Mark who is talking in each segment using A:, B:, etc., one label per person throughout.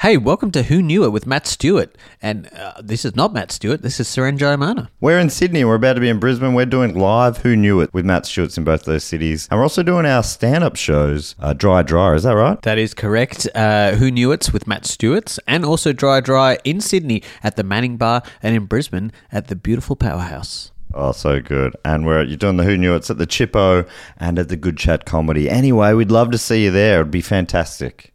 A: Hey, welcome to Who Knew It with Matt Stewart. And uh, this is not Matt Stewart, this is Seren Jayamana.
B: We're in Sydney. We're about to be in Brisbane. We're doing live Who Knew It with Matt Schultz in both those cities. And we're also doing our stand up shows, uh, Dry Dry. Is that right?
A: That is correct. Uh, Who Knew It's with Matt Stewart's and also Dry Dry in Sydney at the Manning Bar and in Brisbane at the beautiful Powerhouse.
B: Oh, so good. And we're you're doing the Who Knew It's at the Chippo and at the Good Chat Comedy. Anyway, we'd love to see you there. It'd be fantastic.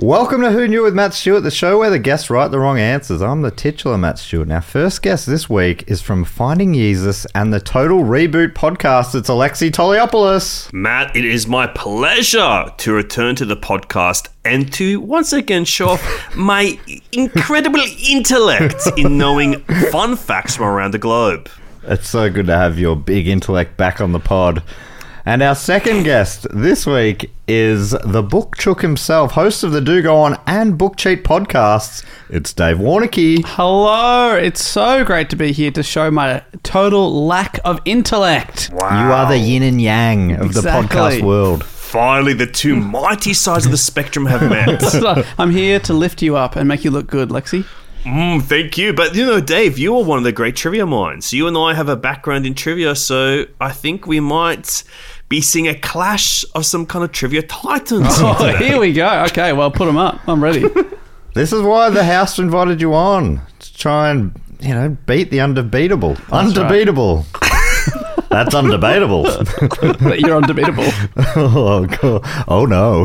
B: Welcome to Who Knew It with Matt Stewart, the show where the guests write the wrong answers. I'm the titular Matt Stewart. Our first guest this week is from Finding Jesus and the Total Reboot podcast. It's Alexi Toliopoulos.
C: Matt, it is my pleasure to return to the podcast and to once again show off my incredible intellect in knowing fun facts from around the globe.
B: It's so good to have your big intellect back on the pod. And our second guest this week is the book chook himself, host of the Do Go On and Book Cheat podcasts. It's Dave Warnicky.
D: Hello, it's so great to be here to show my total lack of intellect.
B: You are the yin and yang of the
D: Exactly.
B: podcast world.
C: Finally, the two mighty sides of the spectrum have met.
D: So I'm here to lift you up and make you look good, Lexi.
C: Mm, thank you. But you know, Dave, you are one of the great trivia minds. You and I have a background in trivia, so I think we might be seeing a clash of some kind of trivia titans.
D: Oh,
C: today.
D: here we go. Okay, well, put them up. I'm ready.
B: This is why the house invited you on to try and you know beat the undebeatable. undebeatable. That's undebatable.
D: But You're undebatable.
B: oh god. Oh no.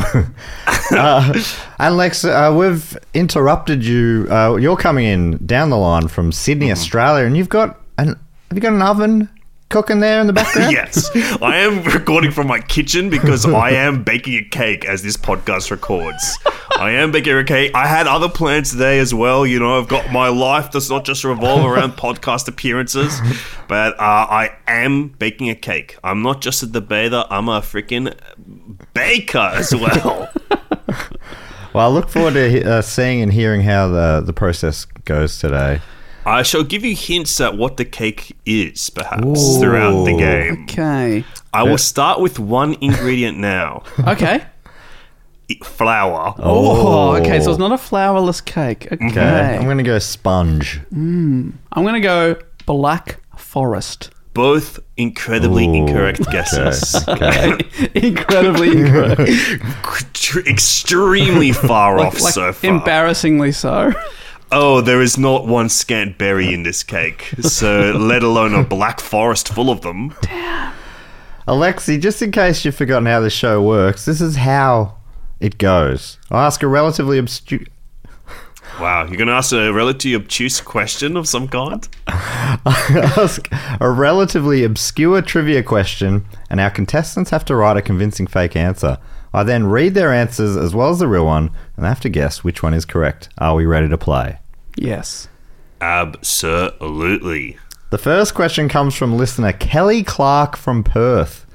B: uh, and Lex, uh, we've interrupted you. Uh, you're coming in down the line from Sydney, Australia, and you've got an have you got an oven cooking there in the background?
C: Yes, I am recording from my kitchen because I am baking a cake as this podcast records. I am baking a cake. I had other plans today as well. You know, I've got my life does not just revolve around podcast appearances, but uh, I am baking a cake. I'm not just a debater, I'm a freaking baker as well.
B: Well, I look forward to he- uh, seeing and hearing how the the process goes today.
C: I shall give you hints at what the cake is, perhaps, throughout the game.
D: Okay.
C: I will start with one ingredient now
D: Okay.
C: flour.
D: Oh, okay. So it's not a flourless cake. Okay.
B: Okay, Uh, I'm going to go sponge.
D: I'm going to go black forest.
C: Both incredibly
B: Ooh,
C: incorrect guesses.
B: Okay.
D: Incredibly incorrect.
C: Extremely far off
D: Like,
C: so far.
D: embarrassingly so.
C: oh, there is not one scant berry in this cake, so let alone a black forest full of them.
B: Alexi, just in case you've forgotten how this show works, this is how it goes. I ask a relatively obstu-
C: Wow, you're going to ask a relatively obtuse question of some kind?
B: I ask a relatively obscure trivia question, and our contestants have to write a convincing fake answer. I then read their answers as well as the real one, and they have to guess which one is correct. Are we ready to play?
D: Yes.
C: Absolutely.
B: The first question comes from listener Kelly Clark from Perth.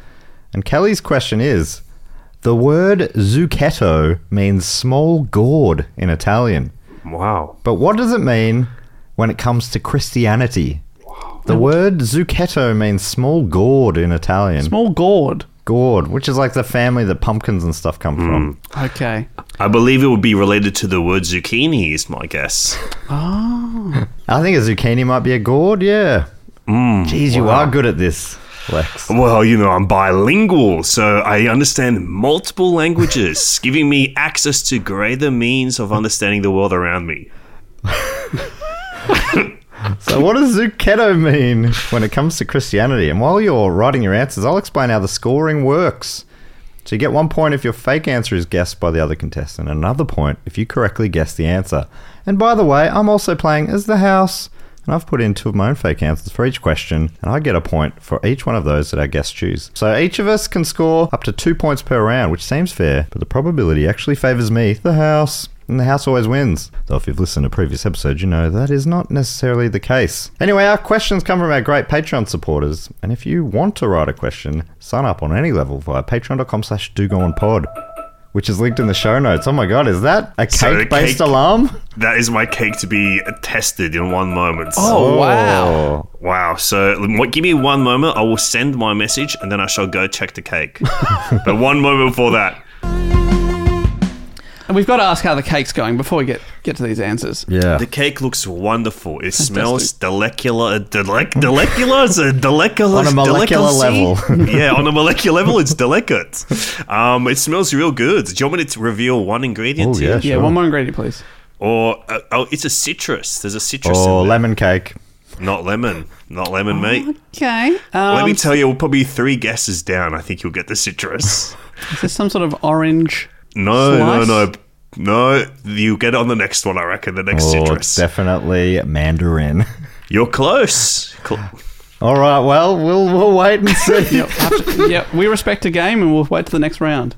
B: And Kelly's question is The word zucchetto means small gourd in Italian.
C: Wow.
B: But what does it mean when it comes to Christianity? The word zucchetto means small gourd in Italian.
D: Small gourd.
B: gourd, which is like the family that pumpkins and stuff come from.
D: Mm. Okay.
C: I believe it would be related to the word zucchini, is my guess.
B: I think a zucchini might be a gourd, yeah. Jeez, you are good at this, Lex.
C: Well, you know, I'm bilingual, so I understand multiple languages, giving me access to greater means of understanding the world around me.
B: So, what does zucchetto mean when it comes to Christianity? And while you're writing your answers, I'll explain how the scoring works. So, you get one point if your fake answer is guessed by the other contestant, and another point if you correctly guess the answer. And by the way, I'm also playing as the house, and I've put in two of my own fake answers for each question, and I get a point for each one of those that our guests choose. So each of us can score up to two points per round, which seems fair, but the probability actually favors me, the house. And the house always wins. Though if you've listened to previous episodes, you know that is not necessarily the case. Anyway, our questions come from our great Patreon supporters, and if you want to write a question, sign up on any level via patreon.com slash dogonpod, which is linked in the show notes. Oh my god, is that a
C: So
B: cake-based
C: cake-
B: alarm?
C: That is my cake to be tested in one moment.
D: Oh, wow.
B: Oh,
C: Wow. So m- give me one moment. I will send my message and then I shall go check the cake. but one moment before that.
D: And we've got to ask how the cake's going before we get, get to these answers.
B: Yeah.
C: The cake looks wonderful. It smells molecular. Delec- molecular? It's a molecular.
B: On a molecular level.
C: yeah, on a molecular level, it's delicate. Um, it smells real good. Do you want me to reveal one ingredient
B: Oh,
C: to you?
B: yeah,
D: Yeah,
B: sure.
D: one more ingredient, please.
C: Or, uh, oh, it's a citrus. There's a citrus
B: Or
C: in there.
B: lemon cake.
C: Not lemon. Not lemon, mate.
D: Okay. Um,
C: Let me tell you, we're probably three guesses down. I think you'll get the citrus.
D: is this some sort of orange?
C: No,
D: Slice?
C: no, no. No, you get it on the next one, I reckon. The next
B: Or
C: citrus.
B: definitely mandarin.
C: You're close. Cl-
B: All right, well, we'll we'll wait and see.
D: Yep. after- yep. We respect a game and we'll wait till the next round.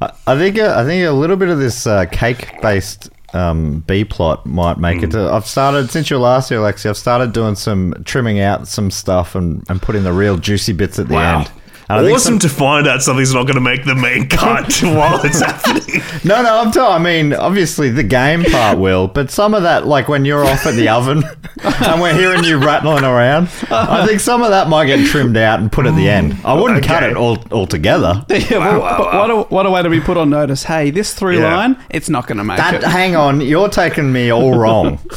B: I think uh, I think a little bit of this uh, cake-based um, B plot might make it.
C: Mm.
B: To, I've started since you were last year, Alexi. I've started doing some trimming out some stuff and and putting the real juicy bits at the
C: Wow.
B: end. And I think
C: awesome to find out something's not going to make the main cut while it's happening.
B: some- no, no, I'm. T- I mean, obviously the game part will, but some of that, like when you're off at the oven and we're hearing you rattling around, I think some of that might get trimmed out and put at the end. I wouldn't cut
C: Okay.
B: it all altogether.
D: Yeah, but- but what, a, what a way to be put on notice. Hey, this through
C: Yeah.
D: line, it's not going to make
B: That,
D: it.
B: hang on, you're taking me all wrong.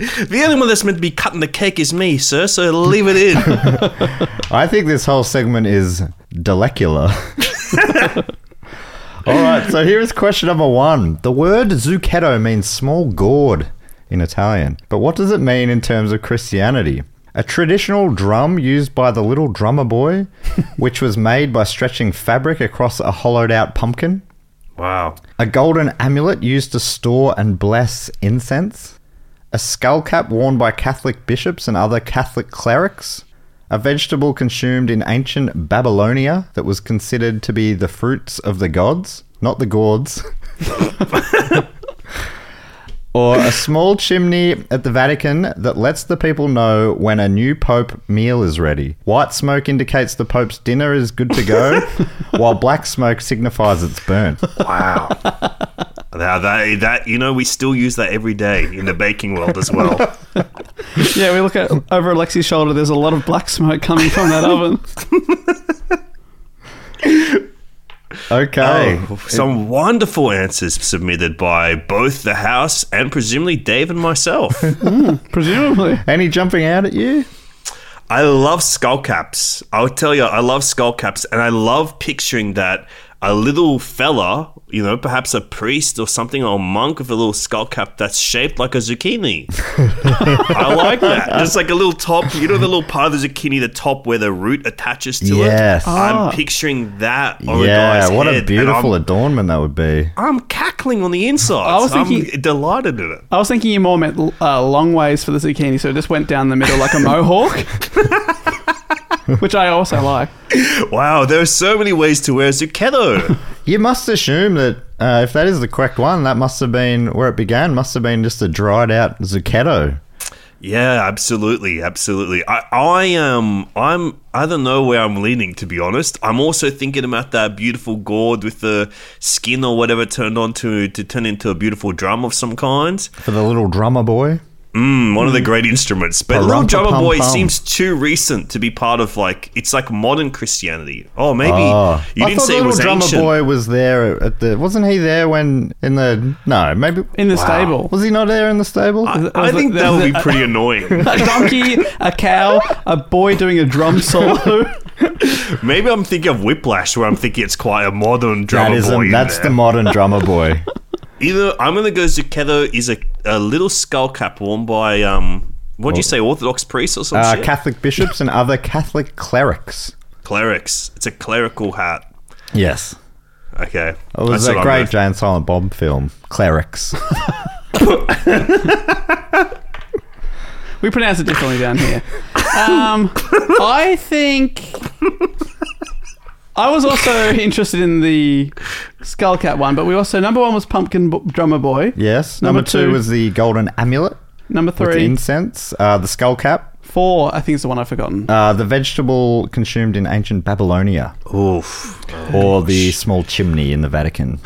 C: The only one that's meant to be cutting the cake is me, sir, so leave it in.
B: I think this whole segment is delecula. All right, so here is question number one. The word zucchetto means small gourd in Italian, but what does it mean in terms of Christianity? A traditional drum used by the little drummer boy, which was made by stretching fabric across a hollowed out pumpkin.
C: wow.
B: A golden amulet used to store and bless incense. A skull cap worn by Catholic bishops and other Catholic clerics. A vegetable consumed in ancient Babylonia that was considered to be the fruits of the gods, not the gourds. or a small chimney at the Vatican that lets the people know when a new pope meal is ready. White smoke indicates the pope's dinner is good to go, while black smoke signifies it's burnt.
C: Wow. Now that, that you know, we still use that every day in the baking world as well.
D: Yeah, we look at over Alexi's shoulder. There's a lot of black smoke coming from that oven.
B: Okay.
C: Oh, some wonderful answers submitted by both the house and presumably Dave and myself.
D: Presumably,
B: Any jumping out at you?
C: I love skull caps. I'll tell you, I love skull caps, and I love picturing that a little fella, you know, perhaps a priest or something, or a monk with a little skull cap that's shaped like a zucchini. I like that. Just like a little top, you know, the little part of the zucchini, the top where the root attaches to
B: Yes.
C: it.
D: Ah.
C: I'm picturing that on a
B: yeah,
C: Oh, guy's
B: what
C: head,
B: a
C: and
B: beautiful
C: I'm,
B: adornment that would be.
C: I'm cackling on the inside. I
D: I was
C: was
D: thinking-
C: am delighted in it.
D: I was thinking you more meant uh, long ways for the zucchini, so it just went down the middle like a mohawk, which I also like.
C: Wow, there are so many ways to wear zucchini.
B: You must assume that uh, if that is the correct one, that must have been where it began, must have been just a dried out zucchetto.
C: Yeah, absolutely, absolutely. I, I am, I'm, I don't know where I'm leaning to be honest. I'm also thinking about that beautiful gourd with the skin or whatever turned on to to turn into a beautiful drum of some kind.
B: For the little drummer boy.
C: Mm, one of the great instruments, but Little
B: Parumpa
C: Drummer
B: pum
C: Boy
B: pum.
C: seems too recent to be part of like it's like modern Christianity. Oh, maybe
B: Oh.
C: you
B: I
C: didn't
B: thought the
C: say it
B: little
C: was
B: drummer
C: ancient.
B: boy was there at the wasn't he there when in the no, maybe
D: In the stable,
B: was he not there in the stable?
C: I think that would be pretty annoying.
D: a donkey, a cow, a boy doing a drum solo.
C: Maybe I'm thinking of Whiplash, where I'm thinking it's quite a modern
B: that
C: drummer
B: is a,
C: boy. in
B: that's
C: there.
B: the modern drummer boy.
C: Either I'm gonna go Zucchetto is a, a little skull cap worn by um what do you say Orthodox priests or some
B: Uh,
C: shit?
B: Catholic bishops and other Catholic clerics.
C: clerics. It's a clerical hat.
B: Yes.
C: Okay,
B: It was
C: That's
B: a
C: what I'm
B: Oh, great
C: gonna-
B: Jane Silent Bob film, Clerics.
D: We pronounce it differently down here. Um, I think I was also interested in the Skullcat one, but we also number one was Pumpkin B- Drummer Boy.
B: Yes. Number,
D: Number
B: two,
D: two.
B: was the golden amulet
D: Number
B: with the
D: three,
B: incense, uh, the skull cap,
D: four. I think is the one I've forgotten.
B: uh, the vegetable consumed in ancient Babylonia,
C: Oh Oof.
B: or the small chimney in the Vatican.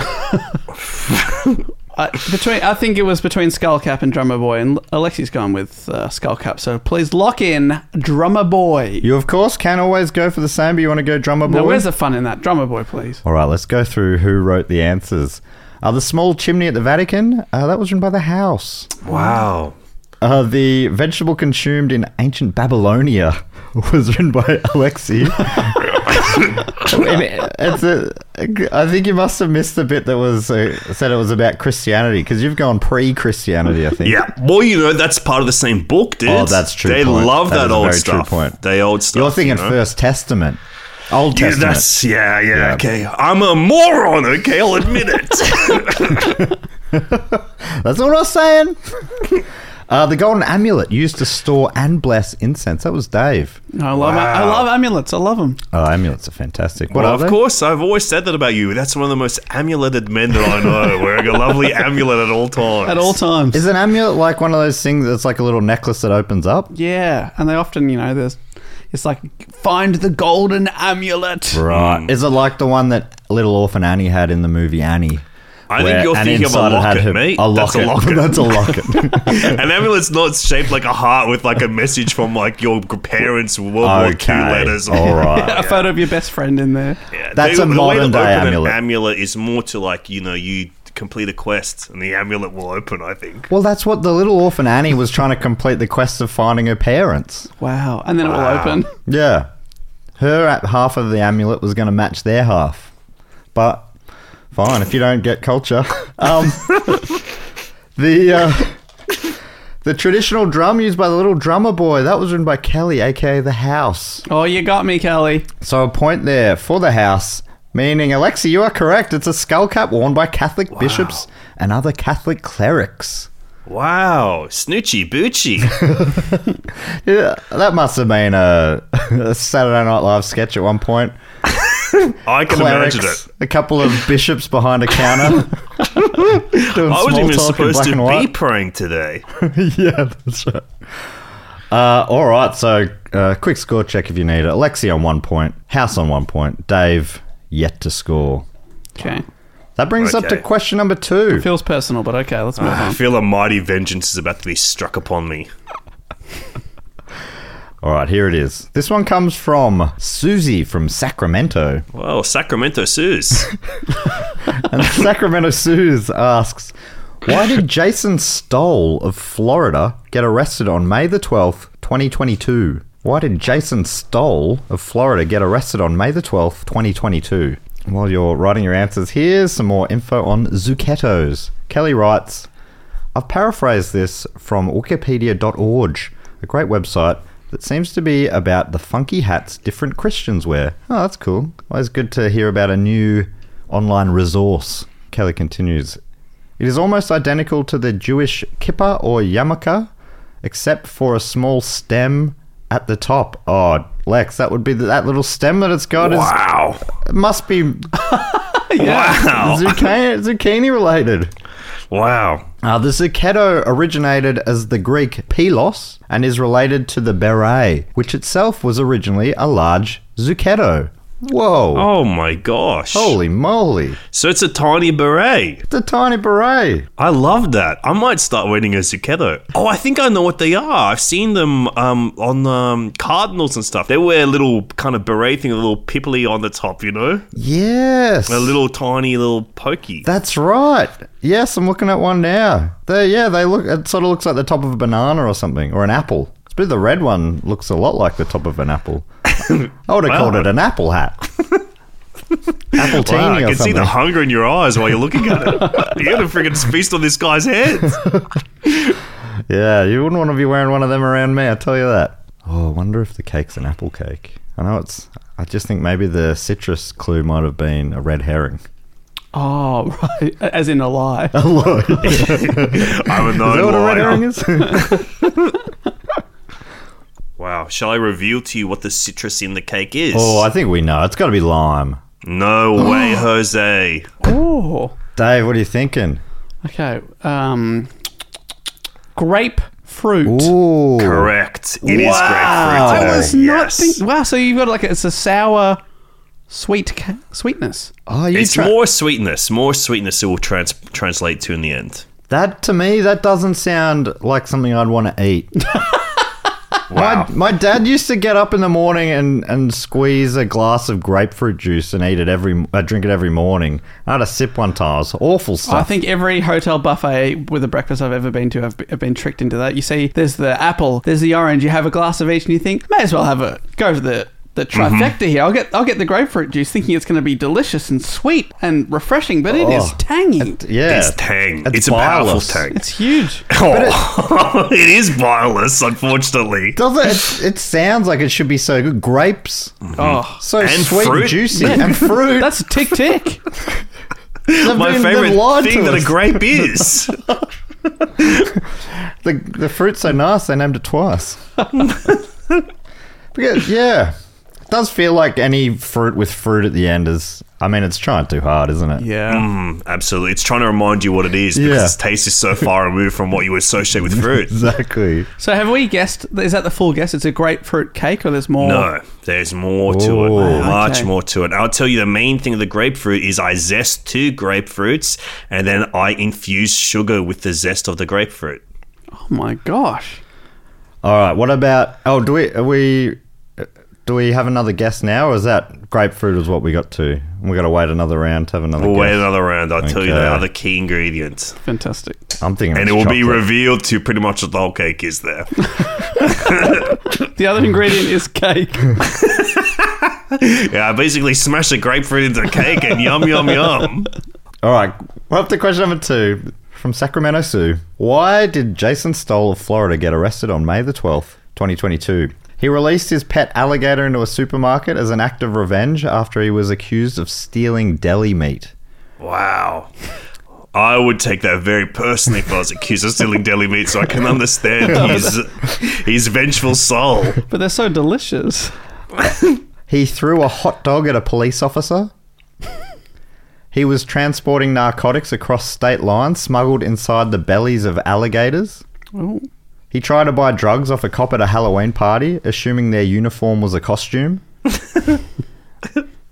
D: I, between I think it was between Skullcap and Drummer Boy, and Alexi's gone with uh, Skullcap. So please lock in Drummer Boy.
B: You, of course, can always go for the same, but you want to go drummer boy?
D: Now, where's the fun in that? Drummer Boy, please.
B: All right, let's go through who wrote the answers. Uh, the small chimney at the Vatican, uh, that was written by the house.
C: Wow.
B: Uh, the vegetable consumed in ancient Babylonia was written by Alexei. And it- it's a, I think you must have missed the bit that was uh, said it was about Christianity because you've gone pre-Christianity, I think.
C: Yeah. Well, you know that's part of the same book, dude.
B: Oh, that's true
C: They
B: point.
C: love
B: That
C: that,
B: is a
C: old
B: very true
C: stuff.
B: point.
C: They old stuff.
B: You're thinking
C: you know?
B: First Testament, Old
C: Yeah,
B: Testament.
C: that's yeah, yeah,
B: Yeah.
C: Okay, I'm a moron. Okay, I'll admit it.
B: That's what I was saying. uh, the golden amulet used to store and bless incense. That was Dave.
D: I love I love amulets. I love them.
B: Oh, amulets are fantastic. What
C: well,
B: are
C: of
B: they?
C: course, I've always said that about you. That's one of the most amuleted men that I know, wearing a lovely amulet at all times.
D: At all times.
B: Is an amulet like one of those things that's like a little necklace that opens up?
D: yeah, and they often, you know, there's it's like find the golden amulet.
B: Right. Is it like the one that little orphan Annie had in the movie Annie?
C: I think
B: Where
C: you're
B: Annie
C: thinking of
B: inside
C: a
B: it had
C: locket,
B: her-
C: mate.
B: A
C: That's a
B: locket.
C: locket.
B: That's a locket.
C: An amulet's not shaped like a heart with like a message from like your parents' World War II
B: Okay,
C: letters.
B: all right.
D: A photo of your best friend in there.
C: Yeah,
B: That's a
C: the way to
B: modern day
C: open an
B: amulet.
C: amulet is more to like you know you complete a quest and the amulet will open. I think.
B: well, that's what the little orphan Annie was trying to complete the quest of finding her parents.
D: Wow. And then it will open.
B: Yeah. Her at half of the amulet was going to match their half. But fine, if you don't get culture. Um, the uh, the traditional drum used by the little drummer boy, that was written by Kelly, aka The House.
D: Oh, you got me, Kelly.
B: So a point there for The House, meaning, Alexi, you are correct. It's a skull cap worn by Catholic bishops and other Catholic clerics.
C: Wow, snoochie boochie.
B: Yeah, that must have been a, a Saturday Night Live sketch at one point.
C: I can
B: clerics,
C: imagine it.
B: a couple of bishops behind a counter. doing
C: I
B: small
C: wasn't even
B: talk in
C: supposed
B: black and
C: to be
B: white.
C: praying today.
B: yeah, that's right. Uh, all right, so uh, quick score check if you need it. Alexi on one point, House on one point, Dave yet to score.
D: Okay.
B: That brings us up to
C: Okay.
B: question number two.
D: Feels personal, but okay, let's move
C: I
D: on.
C: feel a mighty vengeance is about to be struck upon me.
B: All right, here it is. This one comes from Susie from Sacramento.
C: Well, Sacramento Sues.
B: And Sacramento Suze asks, why did Jason Stoll of Florida get arrested on May the 12th, 2022? Why did Jason Stoll of Florida get arrested on May the 12th, 2022? While you're writing your answers, here's some more info on Zucchettos. Kelly writes, I've paraphrased this from wikipedia.org, a great website that seems to be about the funky hats different Christians wear. Oh, that's cool. Always good to hear about a new online resource. Kelly continues, It is almost identical to the Jewish kippah or yarmulke, except for a small stem at the top. Oh, Lex, that would be the, that little stem that it's got. Is,
C: Wow.
B: it must be
C: Wow.
B: zucchini, zucchini related.
C: Wow.
B: Uh, the zucchetto originated as the Greek pelos and is related to the beret, which itself was originally a large zucchetto. Whoa.
C: Oh my gosh.
B: Holy moly.
C: So it's a tiny beret.
B: It's a tiny beret.
C: I love that. I might start wearing a zucchetto. Oh, I think I know what they are. I've seen them um, on um, cardinals and stuff. They wear a little kind of beret thing, a little pipply on the top, you know?
B: Yes.
C: A little tiny little pokey.
B: That's right. Yes, I'm looking at one now. They, yeah, they look. It sort of looks like the top of a banana or something, or an apple. It's bit the red one looks a lot like the top of an apple. I would have called it an apple hat. apple teeny
C: Wow, I
B: or
C: can see
B: something.
C: the hunger in your eyes while you're looking at it. you're gonna freaking feast on this guy's head.
B: Yeah, you wouldn't want to be wearing one of them around me, I tell you that. Oh, I wonder if the cake's an apple cake. I know it's. I just think maybe the citrus clue might have been a red herring.
D: Oh, right. As in alive.
B: Look. Is
C: I'm a
B: that
C: known
B: what a red
C: liar.
B: herring is?
C: Wow. Shall I reveal to you what the citrus in the cake is?
B: oh, I think we know. It's got to be lime.
C: no way, Jose.
D: Oh.
B: Dave, what are you thinking?
D: Okay. Um, grapefruit.
B: Ooh.
C: Correct. It is
B: Wow.
C: grapefruit.
D: I
C: today.
D: was not
C: Yes.
D: think- Wow. So you've got like it's a sour, sweet ca- sweetness.
B: Oh, you
C: It's
B: tra-
C: more sweetness. More sweetness it will trans- translate to in the end.
B: that to me, that doesn't sound like something I'd want to eat.
C: Wow.
B: My dad used to get up in the morning and, and squeeze a glass of grapefruit juice and eat it every uh, drink it every morning. I had a sip one time. It was awful
D: I
B: stuff.
D: think every hotel buffet with a breakfast I've ever been to, I've, b- have been tricked into that. You see, there's the apple, there's the orange. You have a glass of each, and you think, may as well have a go for the the trifecta here. I'll get I'll get the grapefruit juice, thinking it's going to be delicious and sweet and refreshing, but it is
B: Oh.
D: tangy.
B: yeah,
C: It's tang. It's, a powerful
B: bileless.
C: tang.
D: It's huge.
C: Oh, it is bileless, unfortunately.
B: Does it? It sounds like it should be so good. Grapes,
D: Oh,
B: so
C: And
B: sweet
C: fruit.
B: and juicy,
D: Yeah.
B: and fruit.
D: that's tick tick.
B: They've
C: My
B: been- they've
C: favorite
B: lied
C: thing
B: to
C: that a
B: us.
C: grape is.
B: The the fruit's so nice they named it twice. because, yeah, it does feel like any fruit with fruit at the end is. I mean, it's trying too hard, isn't it?
D: Yeah.
C: Mm, absolutely. It's trying to remind you what it is because
B: Yeah.
C: its taste is so far removed from what you associate with fruit.
B: Exactly.
D: So have we guessed? Is that the full guess? It's a grapefruit cake, or there's more?
C: No, there's more to it.
B: Ooh.
C: Much
D: Okay.
C: more to it. I'll tell you the main thing of the grapefruit is I zest two grapefruits and then I infuse sugar with the zest of the grapefruit.
D: Oh my gosh.
B: All right. What about? Oh, do we are we do we have another guess now, or is that grapefruit is what we got to? And we got to wait another round to have another.
C: We'll
B: guess.
C: wait another round. I'll tell you the
B: Okay.
C: other key ingredient.
D: Fantastic.
B: I'm thinking,
C: And
B: it's
C: it will be
B: chocolate.
C: revealed to pretty much what the whole cake is there.
D: The other ingredient is cake.
C: yeah, I basically smash the grapefruit into the cake and yum, yum, yum.
B: All right. We're up to question number two from Sacramento Sue. Why did Jason Stoll of Florida get arrested on May the 12th, 2022? He released his pet alligator into a supermarket as an act of revenge after he was accused of stealing deli meat.
C: Wow. I would take that very personally if I was accused of stealing deli meat, so I can understand his, his vengeful soul.
D: But they're so delicious.
B: He threw a hot dog at a police officer. he was transporting narcotics across state lines smuggled inside the bellies of alligators.
D: Oh.
B: He tried to buy drugs off a cop at a Halloween party, assuming their uniform was a costume.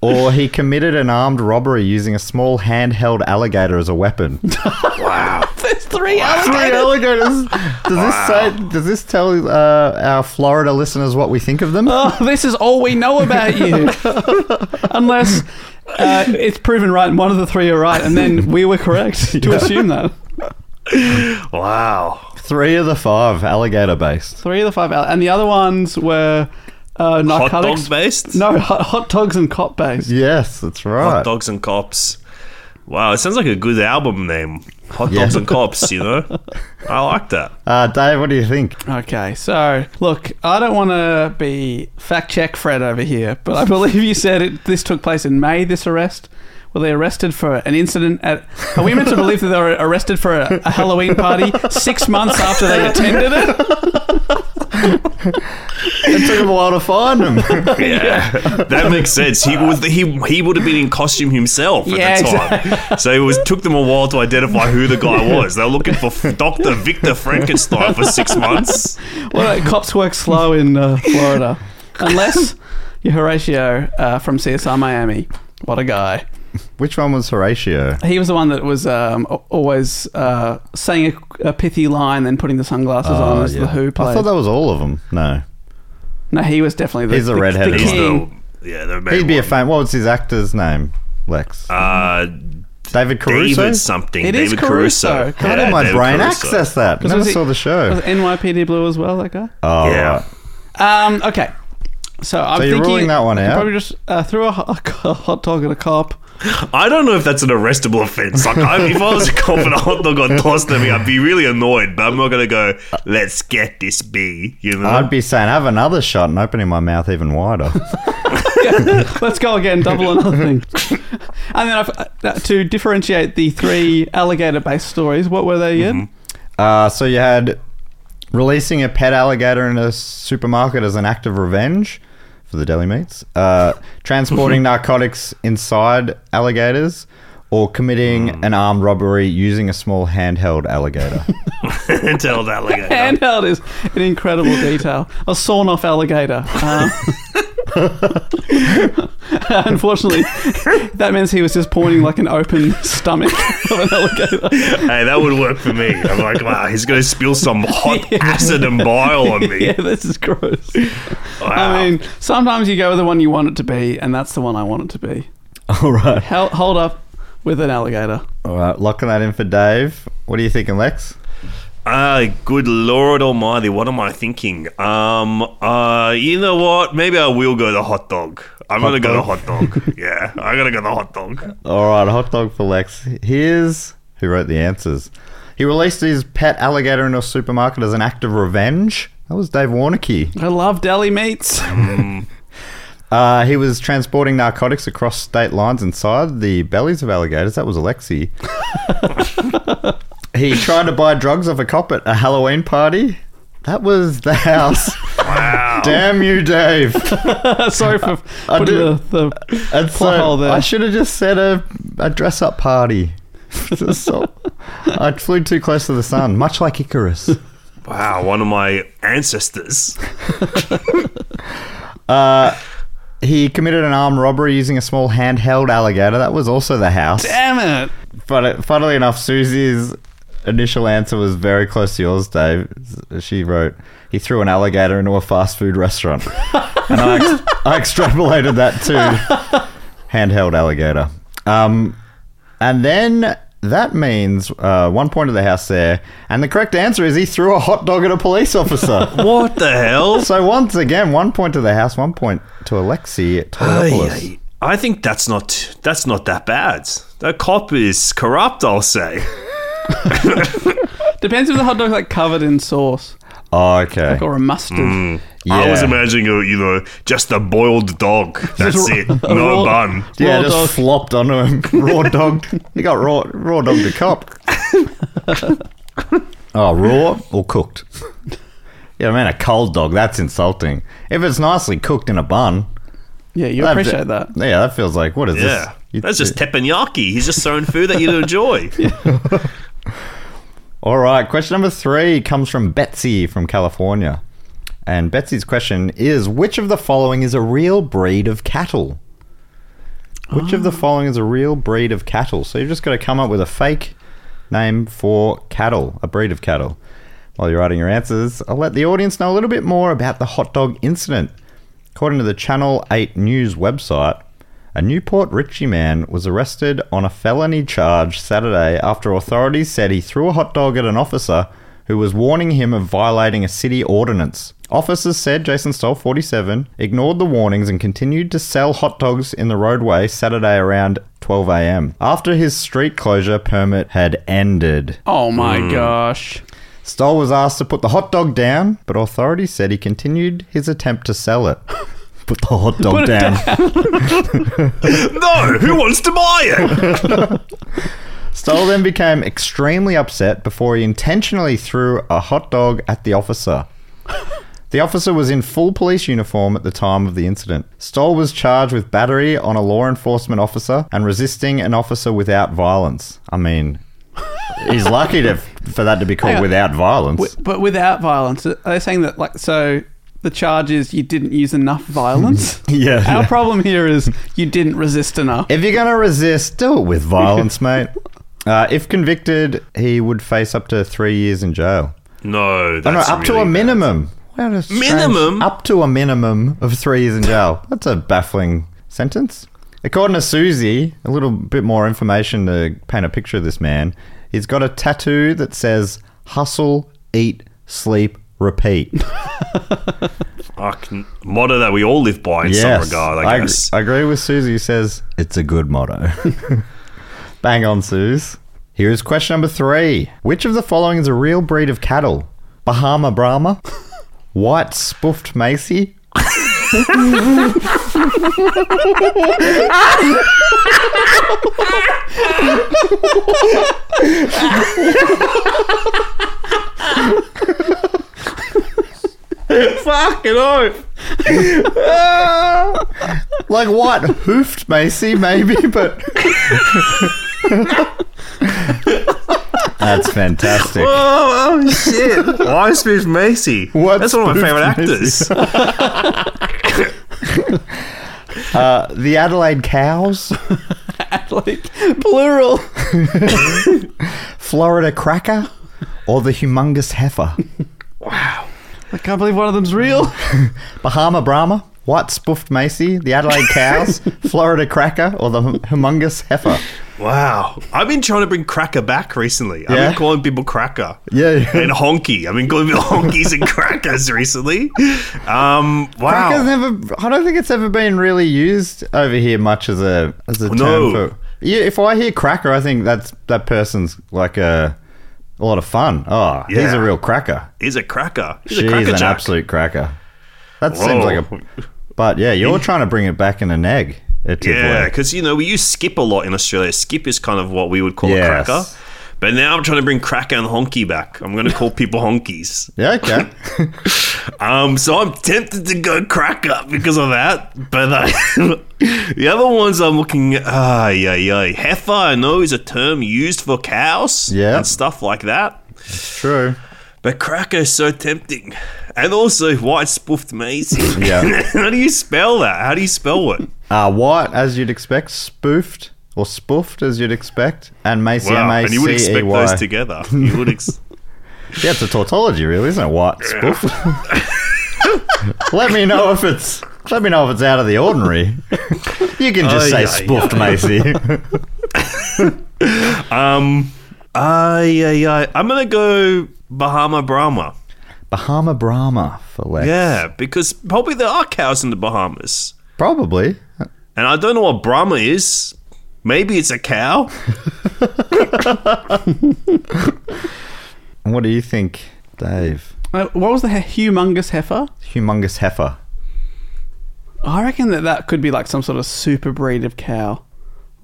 B: or he committed an armed robbery using a small handheld alligator as a weapon.
D: There's three
B: Three alligators. Does this say? Does this tell uh, our Florida listeners what we think of them?
D: Oh, this is all we know about you. Unless uh, it's proven right and one of the three are right, and then we were correct to assume that.
C: Wow.
B: Three of the five alligator based.
D: Three of the five, al- and the other ones were uh,
C: Hot
D: narcotics.
C: dog based?
D: No, hot, hot dogs and cop base.
B: Yes, that's
C: Hot
B: right.
C: dogs and cops. Wow, it sounds like a good album name. Hot dogs and cops, you know? I like that.
B: Uh, Dave, what do you think?
D: Okay, so look, I don't want to be fact check Fred over here, but I believe you said it, this took place in May. This arrest. Were they arrested for an incident at? Are we meant to believe that they were arrested for a, a Halloween party six months after they attended it?
B: It took him a while to find them.
C: Yeah. that makes sense. He was he he would have been in costume himself at
D: Yeah,
C: the time. So it was took them a while to identify who the guy was. They were looking for Dr. Victor Frankenstein for 6 months.
D: Well, uh, cops work slow in uh, Florida, unless you're Horatio uh, from CSI Miami. What a guy!
B: Which one was Horatio?
D: He was the one that was um, a- always uh, saying a, a pithy line, then putting the sunglasses on
B: Oh,
D: as
B: yeah.
D: the Who played.
B: I thought that was all of them. No.
D: no, he was definitely the
B: He's a
D: the,
B: redheaded
D: the
B: one.
C: He's the
D: king.
C: yeah, the main
B: He'd be a
C: one.
B: fan. What was his actor's name? Lex.
C: uh,
B: David Caruso.
C: David something.
D: It is
C: David
D: Caruso.
C: Caruso.
D: How
B: How
C: Yeah,
B: did my
C: David
B: brain
C: Caruso.
B: access that?
D: 'Cause
B: Never
D: was he-
B: saw the
D: Was
B: show.
D: it NYPD Blue as well, that guy.
B: Oh,
C: Yeah.
B: right.
D: Um, okay, so I'm
B: you're
D: thinking
B: ruling that one
D: he
B: out?
D: Probably just uh, threw a, ho- a hot dog at a cop.
C: I don't know if that's an arrestable offense. Like, I, if I was a cop and a hot dog got tossed at me, I'd be really annoyed. But I'm not gonna go. Let's get this bee. You know.
B: I'd be saying, have another shot and opening my mouth even wider.
D: Let's go again, double or nothing. and then I've, uh, to differentiate the three alligator-based stories, what were they again?
C: Mm-hmm.
B: uh, so you had releasing a pet alligator in a supermarket as an act of revenge for the deli meats, uh, transporting narcotics inside alligators, or committing an armed robbery using a small handheld alligator.
C: Tell that like that.
D: Handheld is in incredible detail. A sawn-off alligator. Um, unfortunately, that means he was just pointing like an open stomach of an alligator.
C: Hey, that would work for me. I'm like, wow, he's gonna spill some hot acid and bile on me.
D: Yeah, this is gross.
C: Wow.
D: I mean, sometimes you go with the one you want it to be, and that's the one I want it to be.
B: All right.
D: Hel- hold up with an alligator.
B: All right. Locking that in for Dave. What are you thinking, Lex?
C: Ah, good Lord Almighty, what am I thinking? Um, uh, you know what? Maybe I will go the hot dog. I'm gonna go the hot dog. yeah, I'm gonna go the hot dog.
B: All right, hot dog for Lex. Here's who wrote the answers. He released his pet alligator in a supermarket as an act of revenge. That was Dave Warnicky.
D: I love deli meats.
B: Uh, he was transporting narcotics across state lines inside the bellies of alligators. That was Alexi. he tried to buy drugs off a cop at a Halloween party. That was the house.
C: Wow.
B: Damn you, Dave.
D: Sorry for
B: I
D: putting
B: do-
D: the, the
B: And
D: Plot hole
B: so
D: there.
B: I should have just said a, a dress up party. so, I flew too close to the sun, much like Icarus.
C: Wow, one of my ancestors.
B: He committed an armed robbery using a small handheld alligator. That was also the house.
D: damn it.
B: But it- funnily enough, Susie's initial answer was very close to yours, Dave. She wrote, "He threw an alligator into a fast food restaurant," and I, ex- I extrapolated that to handheld alligator. Um, and then that means uh, one point of the house there, and the correct answer is he threw a hot dog at a police officer.
C: What the hell?
B: so once again, one point to the house, one point to Alexi Tolopoulos.
C: Ay, ay. I think that's not that's not that bad. That cop is corrupt, I'll say.
D: Depends if the hot dog's like covered in sauce
B: Oh, okay.
D: or a mustard.
C: I was
B: Yeah.
C: imagining, uh, you know, just a boiled dog. That's it. No
D: raw-
C: bun.
B: Yeah,
D: Raw
B: just
D: dog.
B: flopped onto him. Raw dog. He got raw raw dog to cop. oh, raw or cooked? Yeah, I mean a cold dog. That's insulting. If it's nicely cooked in a bun,
D: Yeah, you
B: that-
D: appreciate that.
B: Yeah, that feels like what is
C: Yeah.
B: this?
C: That's just teppanyaki. He's just throwing food that you enjoy.
B: All right, question number three comes from Betsy from California. And Betsy's question is Which of the following is a real breed of cattle? Which of the following is a real breed of cattle? So you've just got to come up with a fake name for cattle, a breed of cattle. While you're writing your answers, I'll let the audience know a little bit more about the hot dog incident. According to the Channel 8 News website, a Newport Richie man was arrested on a felony charge Saturday after authorities said he threw a hot dog at an officer who was warning him of violating a city ordinance. Officers said Jason Stoll, 47, ignored the warnings and continued to sell hot dogs in the roadway Saturday around 12 a.m. after his street closure permit had ended.
D: Oh my gosh.
B: Stoll was asked to put the hot dog down, but authorities said he continued his attempt to sell it. Put the hot dog
D: Put
B: down.
D: it
C: no, who wants to buy it?
B: Stoll then became extremely upset before he intentionally threw a hot dog at the officer. The officer was in full police uniform at the time of the incident. Stoll was charged with battery on a law enforcement officer and resisting an officer without violence. I mean, he's lucky to, for that to be
D: Hang
B: called
D: on.
B: without violence.
D: Wi- but without violence, are they saying that like so? The charge is you didn't use enough violence.
B: Yeah,
D: Our
B: yeah.
D: problem here is you didn't resist enough.
B: If you're going to resist, do it with violence, mate. Uh, if convicted, he would face up to three years in jail.
C: No,
B: Oh, no,
C: that's
B: up to
C: really
B: a
C: bad.
B: minimum. What a strange-
C: Minimum?
B: Up to a minimum of three years in jail. That's a baffling sentence. According to Susie, a little bit more information to paint a picture of this man. He's got a tattoo
C: Oh
B: that says "Hustle, Eat, Sleep, Repeat."
C: fucking motto that we all live by in some regard, I
B: ag-
C: guess.
B: agree with Susie. who Says it's a good motto. Bang on, Suze. Here is question number three: Which of the following is a real breed of cattle? Bahama Brahma, White Spoofed Macy.
D: Fucking oath.
B: Like white hoofed Macy, maybe, but that's fantastic.
C: Oh, oh, shit! Why Spoof Macy?
B: What
C: That's one of my
B: Spoof
C: favorite
B: Macy?
C: actors.
B: Uh, the Adelaide cows,
D: Like, plural.
B: Florida cracker, or the humongous heifer.
D: I can't believe one of them's real.
B: Bahama Brahma, White Spoofed Macy, the Adelaide Cows, Florida Cracker, or the hum- Humongous Heifer.
C: wow, I've been trying to bring Cracker back recently. I've
B: Yeah?
C: been calling people Cracker.
B: Yeah, yeah.
C: And honky. I've been calling people honkies and crackers recently. Um, wow.
B: Cracker's never. I don't think it's ever been really used over here much as a as a
C: No.
B: term for. Yeah, if I hear cracker, I think that's that person's like a a lot of fun. Oh, he's
C: Yeah.
B: a real cracker.
C: He's a cracker. He's
B: She's
C: a cracker
B: an
C: jack.
B: absolute cracker. That
C: Whoa.
B: seems like a. But yeah, you're trying to bring it back in an egg. At
C: Yeah,
B: Tivoli.
C: because you know we use skip a lot in Australia. Skip is kind of what we would call
B: Yes.
C: a cracker. But now I'm trying to bring cracker and honky back. I'm going to call people honkies.
B: Yeah. Okay.
C: Um, so I'm tempted to go cracker because of that. But uh, the other ones I'm looking at, ah, yeah, yeah. Heifer, I know, is a term used for cows
B: Yeah.
C: and stuff like that.
B: True.
C: But cracker is so tempting. And also white spoofed Maisie.
B: Yeah.
C: How do you spell that? How do you spell it?
B: Uh, white, as you'd expect, spoofed or spoofed, as you'd expect, and Macy M A
C: And you would
B: C E
C: expect
B: Y.
C: those together. You would ex-
B: Yeah, it's a tautology, really, isn't it? White spoofed. let me know if it's. Let me know if it's out of the ordinary. you can just say
C: Ay, ay,
B: spoofed, Macy.
C: Um I I I'm gonna go Bahama Brahma.
B: Bahama Brahma for Lex.
C: Yeah, because probably there are cows in the Bahamas.
B: probably.
C: And I don't know what Brahma is. Maybe it's a cow.
B: What do you think, Dave?
D: Uh, what was the he- humongous heifer?
B: Humongous heifer.
D: I reckon that that could be like some sort of super breed of cow,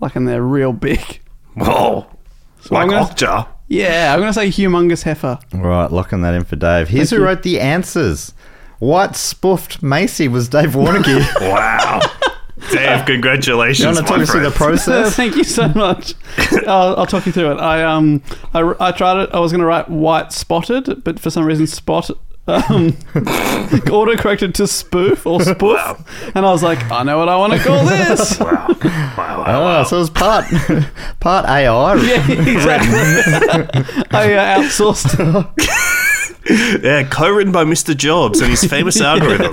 D: like and they're real big.
C: Whoa. like
D: I'm gonna-
C: Okja.
D: Yeah, I'm gonna say humongous heifer.
B: All right, locking that in for Dave. Here's who wrote the answers. White spoofed Macy was Dave Warnicky.
C: Wow. Dave,
B: you
C: congratulations.
B: want to
C: my
B: talk us through the
C: friend.
D: Uh,
B: process?
D: thank you so much. I'll, I'll talk you through it. I um, I, I tried it. I was going to write white spotted, but for some reason spot um, auto corrected to spoof or spoof,
C: Wow.
D: and I was like, I know what I want to call this.
C: Wow. Wow.
B: Oh, wow. so it was part part AI.
D: yeah, exactly. I uh, outsourced.
C: Yeah, co-written by Mr. Jobs and his famous algorithm.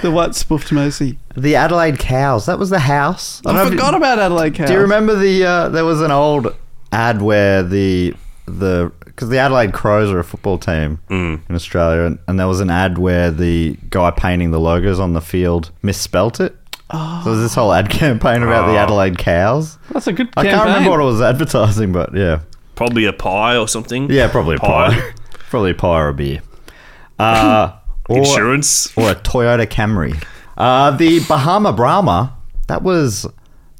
D: the white spoofed Macy.
B: The Adelaide cows. That was the house.
D: I,
B: don't know if
D: forgot
B: you,
D: about Adelaide Cows.
B: Do you remember the? Uh, there was an old ad where the the because the Adelaide Crows are a football team in Australia, and, and there was an ad where the guy painting the logos on the field misspelt it. So there was this whole ad campaign about the Adelaide cows.
D: That's a good.
B: I
D: Campaign.
B: can't remember what it was advertising, but yeah,
C: Probably a pie or something.
B: yeah, probably a pie, probably a pie or a beer, uh, or-
C: Insurance.
B: or a Toyota Camry. Uh, the Bahama Brahma, that was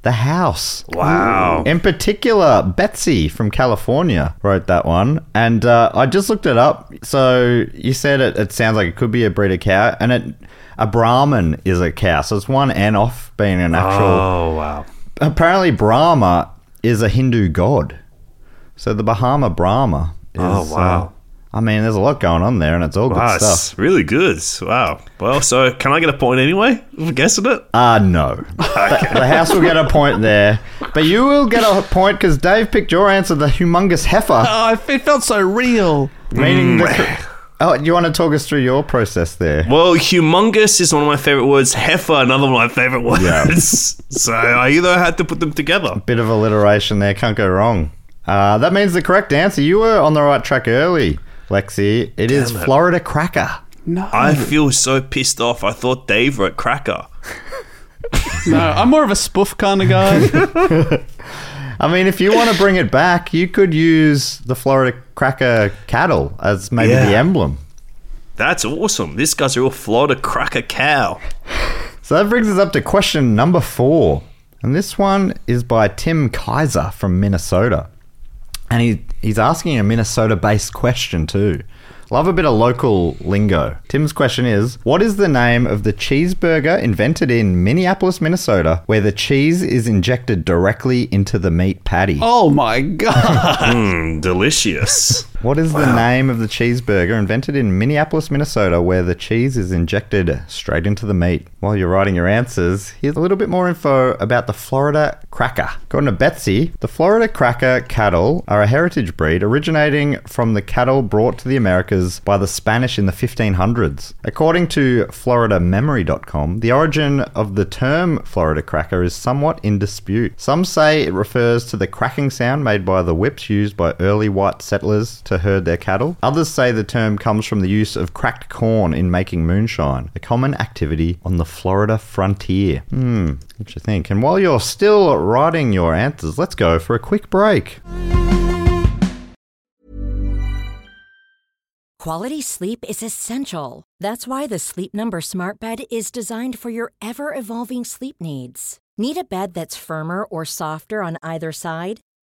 B: the house.
C: Wow.
B: In particular, Betsy from California wrote that one. And uh, I just looked it up. So you said it, it sounds like it could be a breed of cow. And it, a Brahman is a cow. So it's one N off being an actual.
C: Oh wow.
B: Apparently, Brahma is a Hindu god. So the Bahama Brahma is.
C: Oh, wow.
B: uh, I mean, there's a lot going on there, and it's all
C: Wow,
B: good stuff.
C: it's really good. Wow. Well, so can I get a point anyway? I'm guessing it.
B: Uh, no. The, the house will get a point there. But you will get a point because Dave picked your answer, the humongous heifer.
D: Oh, it- it felt so real.
B: Meaning the. cor- Oh, you want to talk us through your process there?
C: Well, humongous is one of my favorite words. Heifer, another one of my favorite words. so I either had to put them together.
B: Bit of alliteration there, can't go wrong. Uh, that means the correct answer. You were on the right track early, Lexi. It is Florida Cracker.
D: No.
C: I
B: Mm.
C: feel so pissed off. I thought Dave wrote Cracker.
D: no, I'm more of a spoof kind of guy.
B: I mean, if you want to bring it back, you could use the Florida cracker cattle as maybe the
C: Yeah.
B: emblem.
C: That's awesome. This guy's a real Florida Cracker cow.
B: So that brings us up to question number four. And this one is by Tim Kaiser from Minnesota. And he, he's asking a Minnesota based question too. Love a bit of local lingo. Tim's question is What is the name of the cheeseburger invented in Minneapolis, Minnesota, where the cheese is injected directly into the meat patty?
D: oh my god.
B: Ah.
C: Mmm, delicious.
B: What is the name of the cheeseburger invented in Minneapolis, Minnesota, where the cheese is injected straight into the meat? While you're writing your answers, here's a little bit more info about the Florida cracker. According to Betsy, the Florida cracker cattle are a heritage breed originating from the cattle brought to the Americas by the Spanish in the 1500s. According to FloridaMemory.com, the origin of the term Florida cracker is somewhat in dispute. Some say it refers to the cracking sound made by the whips used by early white settlers to herd their cattle. Others say the term comes from the use of cracked corn in making moonshine, a common activity on the Florida frontier. Hmm, what you think? And while you're still writing your answers, let's go for a quick break.
E: Quality sleep is essential. That's why the Sleep Number Smart Bed is designed for your ever evolving sleep needs. Need a bed that's firmer or softer on either side?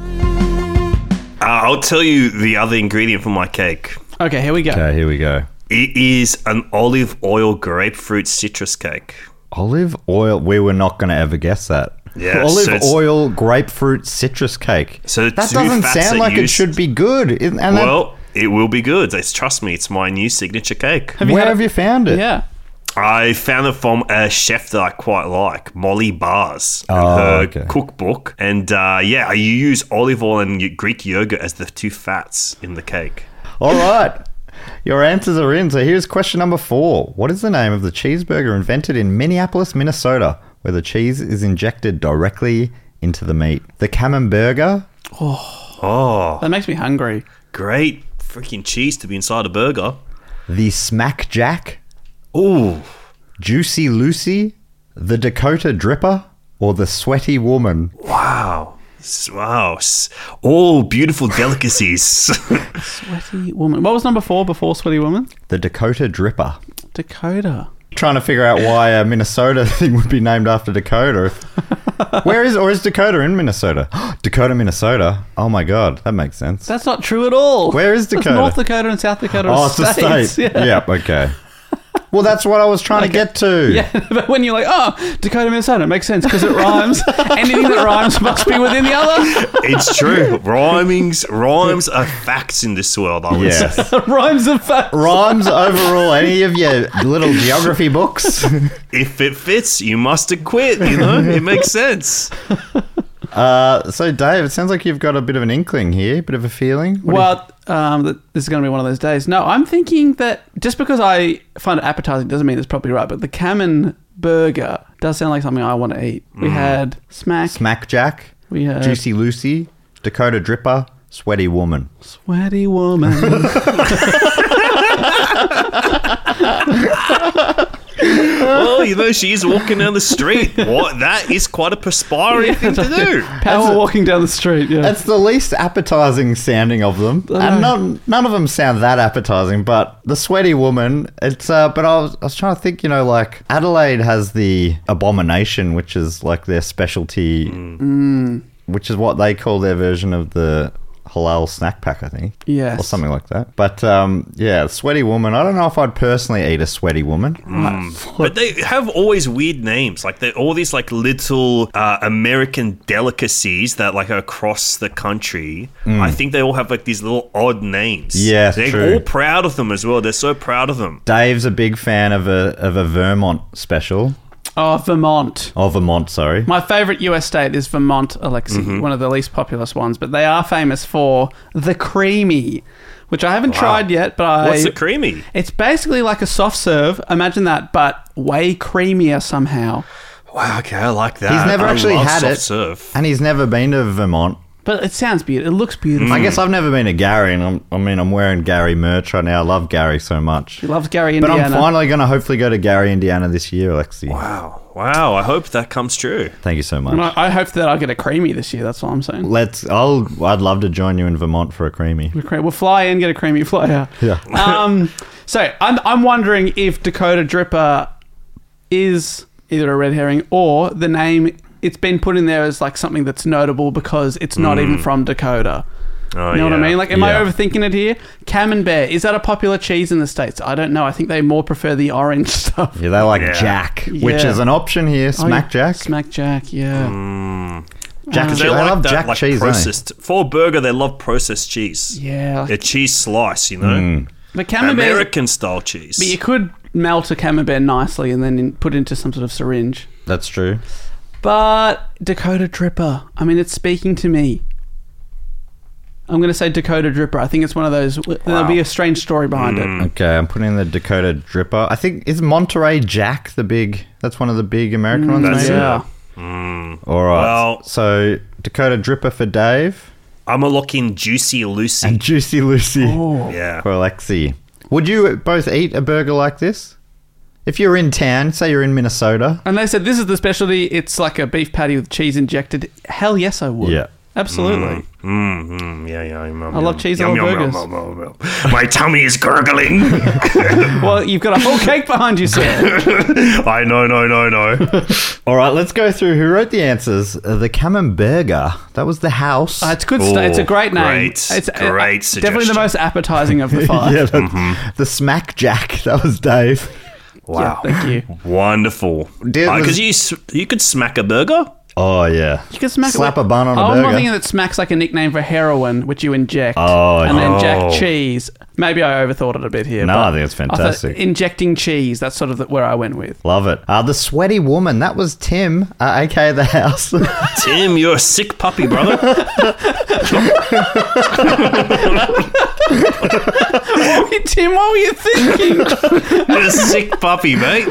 C: Uh, I'll tell you the other ingredient for my cake.
D: Okay, here we go.
B: Okay, here we go.
C: It is an olive oil grapefruit citrus cake.
B: Olive oil. We were not going to ever guess that.
C: Yeah,
B: Olive
C: so it's-
B: oil grapefruit citrus cake.
C: So the
B: that
C: two
B: doesn't
C: fats
B: sound
C: are
B: like it
C: used-
B: should be good. Isn't- And that-
C: well, it will be good. It's, trust me, it's my new signature cake.
D: you
B: where
D: had
B: have
D: it?
B: you found it?
D: Yeah.
C: I found it from a chef that I quite like, Molly Bars, and
B: Oh,
C: her
B: okay.
C: cookbook. And uh, yeah, you use olive oil and y- Greek yogurt as the two fats in the cake.
B: All right. Your answers are in. So here's question number four. What is the name of the cheeseburger invented in Minneapolis, Minnesota, where the cheese is injected directly into the meat? The Camemberger?
C: Oh,
D: That makes me hungry.
C: great freaking cheese to be inside a burger.
B: The Smack Jack?
C: Ooh,
B: Juicy Lucy? The Dakota Dripper? Or the Sweaty Woman?
C: wow. S- Wow. S- All beautiful delicacies.
D: Sweaty woman. What was number four before sweaty woman?
B: The Dakota Dripper.
D: Dakota.
B: Trying to figure out why a Minnesota thing would be named after Dakota. Where is, or is Dakota in Minnesota? Dakota, Minnesota. Oh my God, that makes sense.
D: That's not true at all.
B: Where is
D: That's
B: Dakota?
D: North Dakota and South Dakota.
B: Oh,
D: are
B: it's a
D: states.
B: state.
D: Yeah.
B: Yep. Okay. Well, that's what I was trying to get to.
D: Yeah, but when you're like, oh, Dakota, Minnesota, it makes sense because it rhymes. Anything that rhymes must be within the other.
C: it's true. Rhymings, rhymes are facts in this world, I would say.
B: Yes.
D: rhymes and facts.
B: Rhymes overall. Any of your little geography books?
C: If it fits, you must acquit, you know? It makes sense.
B: Uh, so, Dave, it sounds like you've got a bit of an inkling here, bit of a feeling. What do you-
D: Well, um, th- this is going to be one of those days. No, I'm thinking that just because I find it appetizing doesn't mean it's probably right. But the Kamen burger does sound like something I want to eat. We had smack,
B: Smack Jack,
D: We had-
B: Juicy Lucy, Dakota Dripper, Sweaty Woman.
D: sweaty woman.
C: Oh, you know, she's walking down the street. What? That is quite a perspiring thing to do.
D: Power walking down the street. Yeah.
B: That's the least appetizing sounding of them, and none, none of them sound that appetizing. But the sweaty woman, it's. Uh, but I was, I was trying to think, you know, like Adelaide has the abomination, which
D: Mm.
B: is like their specialty, which is what they call their version of the halal snack pack, I think.
D: Yes.
B: Or something like that. But um, yeah, sweaty woman. I don't know if I'd personally eat a sweaty woman.
C: But they have always weird names, like they're all these like little uh, American delicacies that like are across the country. I think they all have like these little odd names.
B: Yeah,
C: they're
B: true.
C: all proud of them as well. They're so proud of them.
B: Dave's a big fan of a of a Vermont special.
D: Oh, Vermont.
B: Oh, Vermont, sorry.
D: My favorite US state is Vermont, Alexi,
B: Mm-hmm.
D: one of the least populous ones, but they are famous for the creamy, which I haven't tried yet, but I
C: What's the creamy?
D: It's basically like a soft serve, imagine that, but way creamier somehow.
C: Wow, okay, I like that.
B: He's never
C: I
B: actually
C: love
B: had
C: soft
B: it,
C: Serve.
B: and he's never been to Vermont.
D: But it sounds beautiful. It looks beautiful.
C: Hmm.
B: I guess I've never been to Gary, and I'm, I mean, I'm wearing Gary merch right now. I love Gary so much.
D: He loves Gary,
B: But
D: Indiana.
B: I'm finally going to hopefully go to Gary, Indiana this year, Alexi.
C: Wow, wow. I hope that comes true.
B: Thank you so much.
D: And I, I hope that I'll get a creamy this year. That's all I'm saying.
B: Let's. I'll. I'd love to join you in Vermont for a creamy.
D: The cre- We'll fly in, get a creamy, fly out.
B: Yeah.
D: Um, so I'm, I'm wondering if Dakota Dripper is either a red herring or the name it's been put in there as like something that's notable because it's not even from Dakota.
C: Oh,
D: you know what
C: yeah.
D: I mean? Like, am
B: Yeah.
D: I overthinking it here? Camembert is that a popular cheese in the states? I don't know. I think they more prefer the orange stuff.
B: Yeah, they like
C: Yeah.
B: Jack, which
D: Yeah.
B: is an option here. Smack
D: Oh,
B: Jack.
D: Smack Jack. Yeah. Mm.
B: Jack.
C: Because
B: and
C: they
B: cheese.
C: like
B: I love
C: that,
B: Jack
C: like
B: cheese. eh? don't they?
C: processed for a burger. They love processed cheese.
D: Yeah.
C: a cheese slice, you know,
B: Mm.
D: But Camembert.
C: American style cheese.
D: But you could melt a camembert nicely and then in, put into some sort of syringe.
B: That's true.
D: But Dakota Dripper, I mean, it's speaking to me. I'm going to say Dakota Dripper. I think it's one of those. There'll be a strange story behind
C: Mm, Hmm.
D: it.
B: Okay, I'm putting in the Dakota Dripper. I think is Monterey Jack the big. That's one of the big American ones.
C: That's
B: maybe?
C: it.
D: Hmm, Yeah.
B: All right.
C: Well-
B: so Dakota Dripper for Dave
C: I'm a lock in Juicy Lucy.
B: and Juicy Lucy
D: Oh.
C: yeah.
B: for Alexi. Would you both eat a burger like this? If you're in town, say you're in Minnesota.
D: And they said this is the specialty. It's like a beef patty with cheese injected. Hell yes, I would.
B: Yeah.
D: Absolutely.
C: Mm-hmm. Yeah, yeah. Yum, yum,
D: I love
C: yum.
D: cheese
C: Yum,
D: on
C: yum,
D: burgers.
C: yum, yum, yum, yum. My tummy is gurgling. Mm.
D: Well, you've got a whole cake behind you, sir.
C: I know, no, no, no.
B: All right, let's go through who wrote the answers. Uh, the Camemberger. That was the house.
D: Uh, it's good. sta- it's a great name.
C: Great-
D: it's uh,
C: great
D: definitely the
C: suggestion.
D: most appetizing of the five.
B: yeah, that's the Smack Jack. That was Dave.
C: Wow.
D: Yeah, thank you.
C: Wonderful.
B: Did-
C: Because
B: was-
C: you s- you could smack a burger.
B: Oh yeah.
D: You can smack
B: Slap a bun on a
D: I was more
B: burger.
D: thinking that smacks like a nickname for heroin, which you inject.
B: Oh,
D: and then
C: Oh.
D: Jack cheese. Maybe I overthought it a bit here.
B: No,
D: but
B: I think it's
D: thought
B: fantastic.
D: injecting cheese. That's sort of the, where I went with.
B: Love it. Uh, the sweaty woman. That was Tim, uh, aka the house.
C: Tim, you're a sick puppy, brother.
D: Tim, what were you thinking?
C: You're a sick puppy, mate.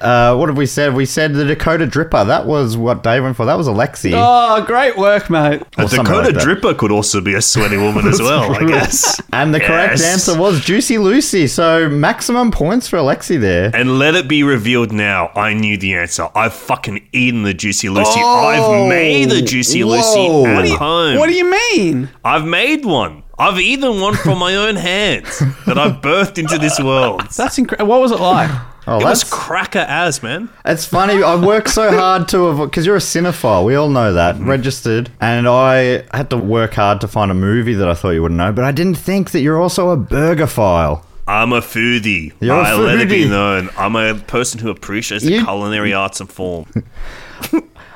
B: uh, what have we said? We said the Dakota Dripper. That was what Dave went for. That was Alexi.
D: oh, great work, mate.
C: A
B: Or something
C: Dakota
B: like that.
C: dripper could also be a sweaty woman as well, I guess.
B: And the correct
C: Yes.
B: answer was Juicy Lucy. So maximum points for Alexi there.
C: And let it be revealed now, I knew the answer. I've fucking eaten the Juicy Lucy. I've made the Juicy
B: Oh, Whoa.
C: Lucy at
B: What do you-
C: home.
D: What do you mean?
C: I've made one. I've eaten one from my own hands that I've birthed into this world.
D: That's incredible. What was it like?
B: Oh,
C: it was
B: that's,
C: cracker as, man.
B: it's funny. I worked so hard to avoid because you're a cinephile. We all know that. Registered, and I had to work hard to find a movie that I thought you would know, but I didn't think that you're also a burger file.
C: I'm a foodie.
B: You're a
C: I let it be
B: foodie.
C: known. I'm a person who appreciates
B: You-
C: the culinary arts and form.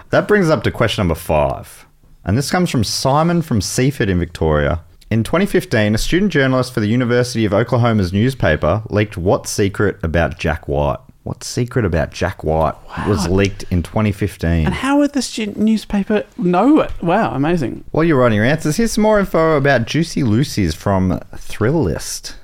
B: That brings us up to question number five. And this comes from Simon from Seaford in Victoria. In 2015, a student journalist for the University of Oklahoma's newspaper leaked what secret about Jack White? What secret about Jack White was leaked in 2015?
D: And how would the student newspaper know it? Wow, amazing.
B: While you're writing your answers, here's some more info about Juicy Lucy's from Thrilllist.com.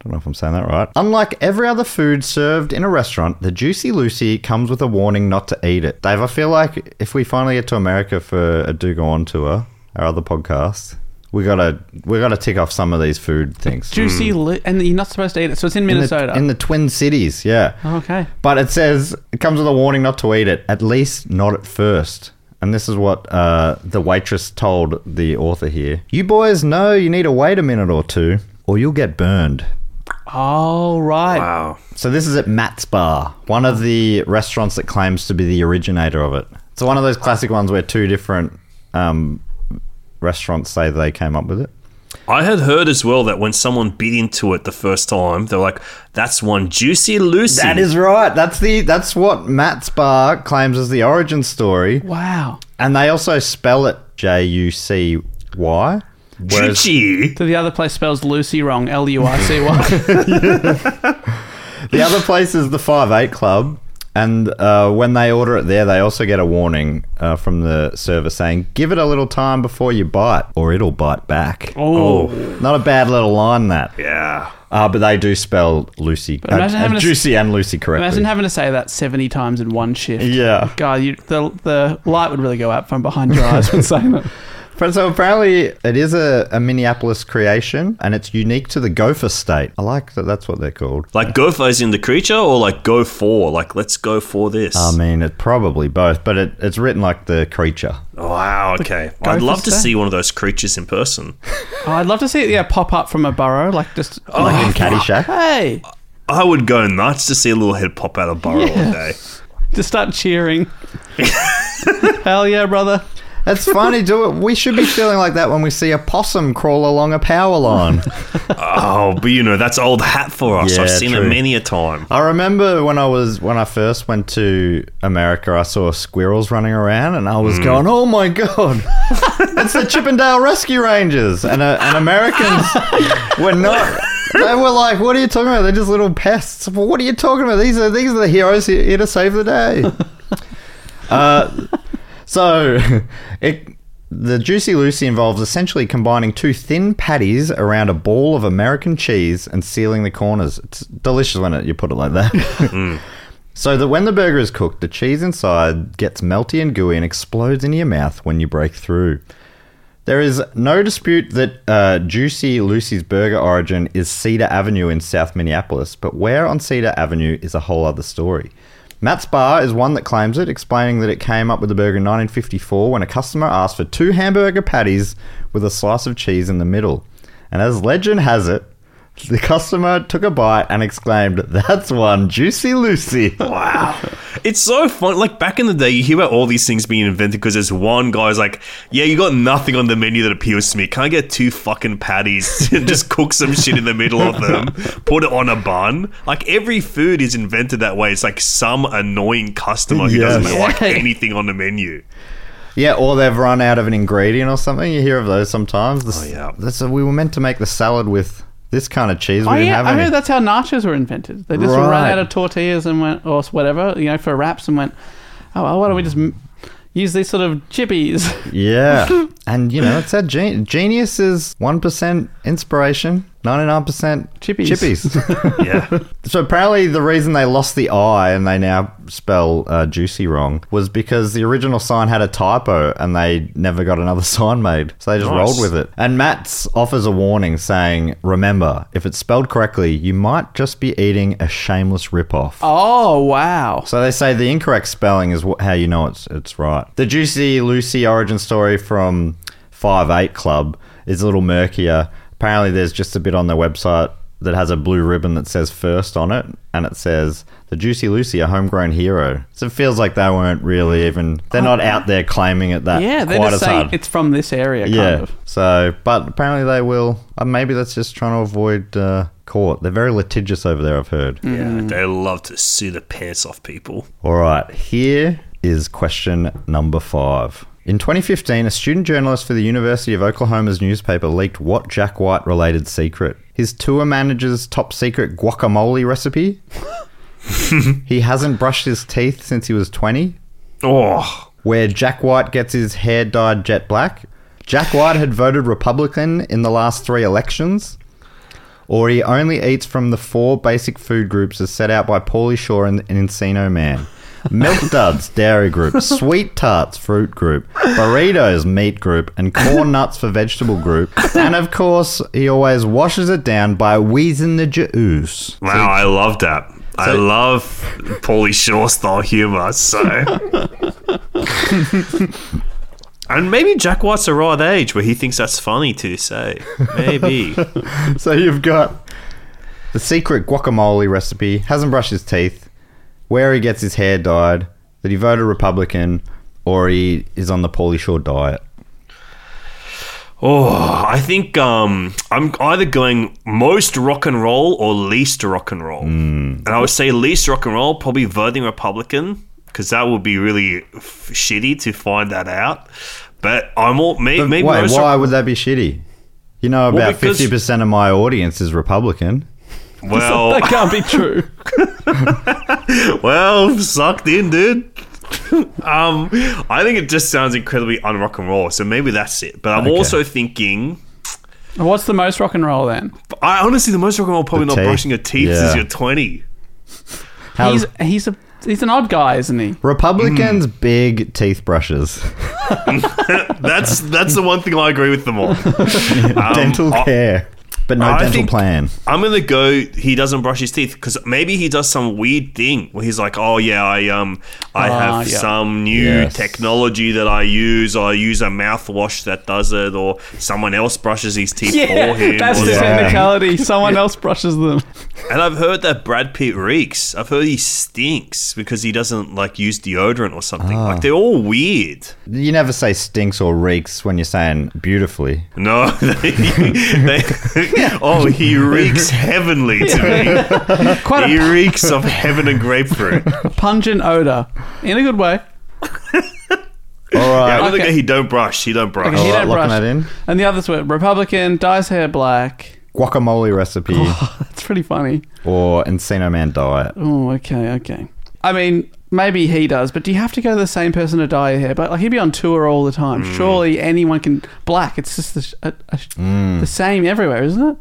B: Don't know if I'm saying that right. Unlike every other food served in a restaurant, the Juicy Lucy comes with a warning not to eat it. Dave, I feel like if we finally get to America for a Do Go On tour, our other podcast, we gotta we gotta tick off some of these food things.
D: Juicy,
C: Hmm.
D: li- and you're not supposed to eat it. So it's in
B: In the-
D: Minnesota.
B: in the Twin Cities, yeah.
D: okay.
B: But it says it comes with a warning not to eat it, at least not at first. And this is what uh, the waitress told the author here. You boys know you need to wait a minute or two, or you'll get burned.
D: All right.
C: Wow.
B: So this is at Matt's Bar, one of the restaurants that claims to be the originator of it. It's one of those classic ones where two different um, restaurants say they came up with it.
C: I had heard as well that when someone bit into it the first time, they're like, "That's one juicy Lucy."
B: That is right. That's the that's what Matt's bar claims as the origin story,
D: Wow.
B: and they also spell it J U C Y. Whereas
C: juicy.
D: So the other place spells Lucy wrong. L U I C Y.
B: the other place is the Five Eight Club, and uh, when they order it there, they also get a warning uh, from the server saying, "Give it a little time before you bite, or it'll bite back."
D: Oh.
B: Not a bad little line that.
C: Yeah.
B: Uh, but they do spell Lucy, uh,
D: imagine
B: uh,
D: having to s-
B: Juicy, and Lucy correctly.
D: Imagine having to say that 70 times in one shift.
B: yeah.
D: God, you, the, the light would really go out from behind your eyes when saying it.
B: But so apparently it is a, a Minneapolis creation and it's unique to the gopher state. I like that that's what they're called.
C: Like go for as in the creature, or like go for, like let's go for this.
B: I mean, it probably both, but it, it's written like the creature.
C: wow. Okay. I'd
D: for
C: love to
D: say.
C: see one of those creatures in person.
D: Oh, I'd love to see it, yeah, pop up from a burrow, like just like
B: in Caddyshack.
D: Hey,
C: I would go nuts to see a little head pop out of burrow
D: Yeah.
C: one day.
D: just start cheering. Hell yeah, brother!
B: That's funny, do it. We should be feeling like that when we see a possum crawl along a power line.
C: Oh, but you know that's old hat for us.
B: Yeah,
C: I've seen
B: true.
C: it many a time.
B: I remember when I was when I first went to America, I saw squirrels running around, and I was going, "Oh my god, it's the Chippendale Rescue Rangers!" And, uh, and Americans were not. They were like, "What are you talking about? They're just little pests." Well, what are you talking about? These are these are the heroes here, here to save the day. uh, so, it. The Juicy Lucy involves essentially combining two thin patties around a ball of American cheese and sealing the corners. It's delicious when it, you put it like that. So that when the burger is cooked, the cheese inside gets melty and gooey and explodes into your mouth when you break through. There is no dispute that uh, Juicy Lucy's burger origin is Cedar Avenue in South Minneapolis, but where on Cedar Avenue is a whole other story. Matt's Bar is one that claims it, explaining that it came up with the burger in 1954 when a customer asked for two hamburger patties with a slice of cheese in the middle. And as legend has it, the customer took a bite and exclaimed, That's one Juicy Lucy.
C: Wow. It's so fun. Like back in the day, you hear about all these things being invented because there's one guy's like, yeah, you got nothing on the menu that appeals to me. Can I get two fucking patties and just cook some shit in the middle of them? Put it on a bun? Like every food is invented that way. It's like some annoying customer who doesn't
B: Yes.
C: like anything on the menu.
B: Yeah, or they've run out of an ingredient or something. You hear of those sometimes. This-
C: Oh, yeah.
B: That's, we were meant to make the salad with this kind of cheese. We
D: oh
B: didn't
D: yeah,
B: have
D: I
B: any.
D: heard that's how nachos were invented. They just ran
B: Right.
D: out of tortillas and went or whatever, you know, for wraps and went. Oh, well, why don't we just m- use these sort of chippies?
B: Yeah. and, you know, it's that gen- genius is 1% inspiration, 99%
D: Chippies.
B: chippies.
C: Yeah.
B: so apparently the reason they lost the I and they now spell uh, juicy wrong was because the original sign had a typo and they never got another sign made. So they just
C: Nice.
B: rolled with it. And Matt's offers a warning saying, remember, if it's spelled correctly, you might just be eating a shameless ripoff.
D: Oh wow!
B: So they say the incorrect spelling is wh- how you know it's it's right. The Juicy Lucy origin story from Five Eight Club is a little murkier. Apparently, there's just a bit on their website that has a blue ribbon that says first on it, and it says the Juicy Lucy, a homegrown hero. So it feels like they weren't really even. They're not out there claiming it that
D: Yeah, they're
B: quite
D: just
B: as
D: saying
B: hard.
D: it's from this area, kind
B: yeah.
D: of.
B: So, but apparently they will. Uh, maybe that's just trying to avoid uh, court. They're very litigious over there. I've heard.
C: Yeah. They love to sue the pants off people.
B: All right, here is question number five. In 2015, a student journalist for the University of Oklahoma's newspaper leaked what Jack White related secret? His tour manager's top secret guacamole recipe? he hasn't brushed his teeth since he was 20?
C: Oh.
B: where Jack White gets his hair dyed jet black. Jack White had voted Republican in the last three elections, or he only eats from the four basic food groups as set out by Paulie Shaw and, and Encino Man. Milk duds, dairy group, sweet tarts, fruit group, burritos, meat group, and corn nuts for vegetable group. And of course, he always washes it down by wheezing the juice.
C: Wow, I love that. I love Paulie Shaw style humor, so. and maybe Jack White's a right age where he thinks that's funny to say. Maybe.
B: So you've got the secret guacamole recipe, hasn't brushed his teeth, where he gets his hair dyed, that he voted Republican, or he is on the Paulie Shore diet.
C: Oh, I think um, I'm either going most rock and roll or least rock and roll. And I would say least rock and roll, probably voting Republican, because that would be really f- shitty to find that out. But I'm all me.
B: But
C: me
B: wait,
C: most
B: why would that be shitty? You know,
C: Well,
B: about
C: because-
B: fifty percent of my audience is Republican.
C: well,
D: That can't be true.
C: well, sucked in, dude. um, I think it just sounds incredibly un rock and roll. So maybe that's it. But I'm
B: Okay.
C: also thinking.
D: What's the most rock and roll then?
C: I honestly, the most rock and roll probably
B: The
C: not
B: teeth.
C: brushing your teeth
B: Yeah.
C: since you're 20.
B: How's
D: He's he's a he's an odd guy, isn't he?
B: Republicans
C: Mm.
B: big teeth brushes?
C: That's that's the one thing I agree with them on. Um,
B: dental
C: I-
B: care, but no
C: I
B: dental
C: think-
B: plan.
C: I'm gonna go. He doesn't brush his teeth because maybe he does some weird thing where he's like, "Oh yeah, I um, I
D: Ah,
C: have
D: yeah.
C: some new
B: Yes.
C: technology that I use. I use a mouthwash that does it, or someone else brushes his teeth for him."
D: that's
C: or
D: the
C: something."
D: technicality. Someone else brushes them.
C: And I've heard that Brad Pitt reeks. I've heard he stinks because he doesn't like use deodorant or something.
D: Ah.
C: Like they're all weird.
B: You never say stinks or reeks when you're saying beautifully.
C: No, they, they- oh, he reeks heavenly to me.
D: Quite
C: He
D: a
C: reeks of heaven and grapefruit.
D: pungent odor, in a good way.
B: All
C: Yeah, I'm
B: right,
C: gonna
D: Okay.
C: go. He don't brush. He don't brush.
D: Okay, he
B: Alright,
D: don't
B: locking
D: brush.
B: that in.
D: And the others were Republican, dyes hair black.
B: guacamole recipe
D: That's pretty funny.
B: or Encino Man diet.
D: Oh, okay, okay. I mean, maybe he does, but do you have to go to the same person to dye your hair? But like, he'd be on tour all the time.
C: Hmm.
D: Surely anyone can black. It's just the, sh- a, a sh-
C: Hmm.
D: the same everywhere, isn't it?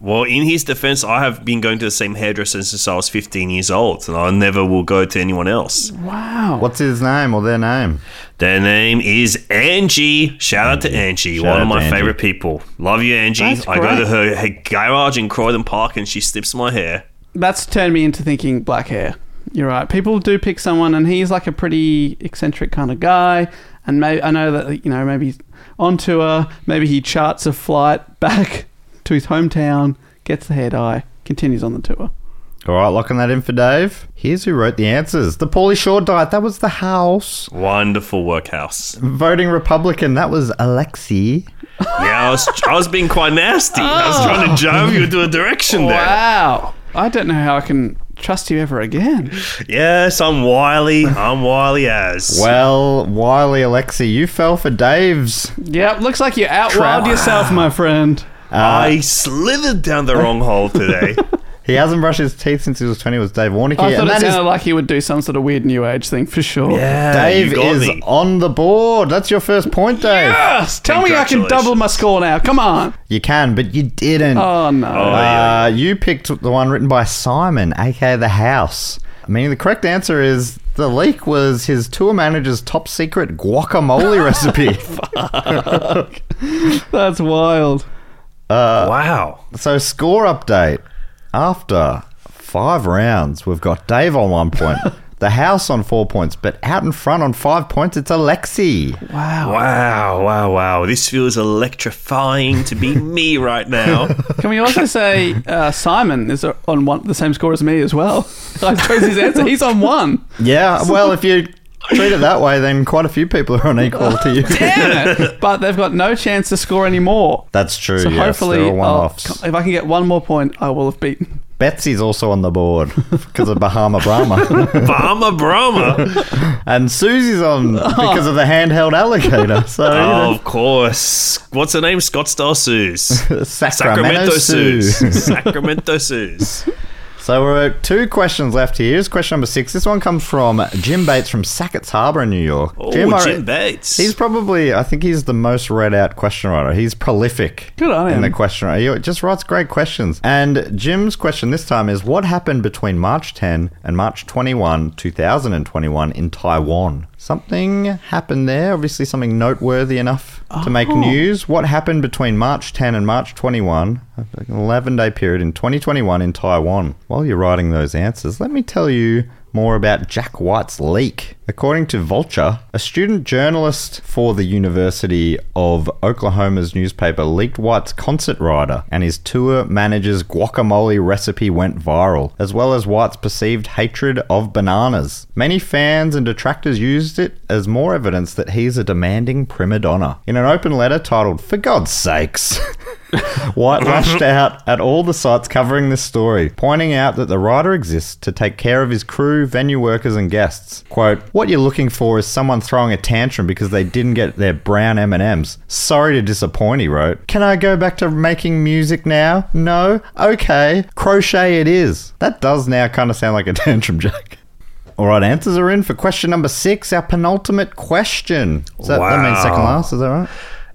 C: Well, in his defense, I have been going to the same hairdresser since I was 15 years old, and I never will go to anyone else.
D: Wow.
B: What's his name or their name?
C: Their name is Angie. Shout out to Angie,
B: Shout
C: one
B: out
C: of my
B: to Angie.
C: favorite people. Love you, Angie.
D: That's
C: I go to
D: great.
C: her, her garage in Croydon Park, and she snips my hair.
D: That's turned me into thinking black hair. You're right. People do pick someone, and he's like a pretty eccentric kind of guy. And may- I know that you know maybe he's on tour. Maybe he charts a flight back to his hometown, gets the hair dye, continues on the tour.
B: All right, locking that in for Dave. Here's who wrote the answers. The Paulie Shaw diet, that was the House.
C: Wonderful workhouse.
B: Voting Republican, that was Alexi.
C: Yeah, I was, I was being quite nasty. I was trying to drive you into a direction there.
D: Oh. Wow. I don't know how I can trust you ever again.
C: Yes, I'm wily. I'm wily as.
B: Well, Wiley Alexi, you fell for Dave's.
D: Yep, looks like you outwiled yourself, my friend.
B: uh,
C: I slithered down the wrong hole today.
B: He hasn't brushed his teeth since he was 20, was Dave Warnicky.
D: I
B: and
D: thought it
B: that is-
D: sounded like he would do some sort of weird new age thing for sure.
C: Yeah,
B: Dave
C: you got
B: is
C: me.
B: on the board. That's your first point, Dave.
D: Yes! Tell me I can double my score now. Come on.
B: You can, but you didn't.
D: Oh no.
B: Uh, you picked the one written by Simon, aka The House. I mean, the correct answer is the leak was his tour manager's top secret guacamole recipe.
D: That's wild.
C: Oh, wow.
B: So, score update. After five rounds, we've got Dave on one point, The House on four points, but out in front on five points, it's Alexi.
C: Wow, wow, wow. This feels electrifying to be me right now.
D: Can we also say uh, Simon is on one the same score as me as well? I chose his answer. He's on one.
B: Yeah, well, if you treat it that way, then quite a few people are unequal to you.
D: Damn it. But they've got no chance to score any more.
B: That's true.
D: So
B: yes,
D: hopefully,
B: they're all
D: I'll-
B: one-offs.
D: if I can get one more point, I will have beaten.
B: Betsy's also on the board because of Bahama Brahma,
C: Bahama Brahma.
B: and Susie's on because of the handheld alligator. So
C: Oh,
B: you
C: of course. What's her name? Scottsdale Suze.
B: know, Sacramento,
C: Sacramento
B: Sue.
C: Suze. Sacramento Suze.
B: So we're at two questions left here. Here's question number six. This one comes from Jim Bates from Sackett's Harbour in New York.
C: Oh,
B: I re-
C: Jim Bates.
B: He's probably, I think he's the most read out question writer. He's prolific.
D: Good on
B: in
D: him.
B: the question writer. He just writes great questions. And Jim's question this time is what happened between March 10 and March 21, 2021 in Taiwan? Something happened there, obviously something noteworthy enough to make
D: Oh.
B: news. What happened between March 10 and March 21, an 11 day period in 2021 in Taiwan? While you're writing those answers, let me tell you more about Jack White's leak. According to Vulture, a student journalist for the University of Oklahoma's newspaper leaked White's concert rider, and his tour manager's guacamole recipe went viral, as well as White's perceived hatred of bananas. Many fans and detractors used it as more evidence that he's a demanding prima donna. In an open letter titled, For God's Sakes, White lashed out at all the sites covering this story, pointing out that the writer exists to take care of his crew, venue workers, and guests. Quote, What you're looking for is someone throwing a tantrum because they didn't get their brown M&Ms. Sorry to disappoint, he wrote. Can I go back to making music now? No? Okay. Crochet it is. That does now kind of sound like a tantrum, Jack. All right, answers are in for question number six, our penultimate question. Is that, that means second
C: Wow.
B: last, is that right?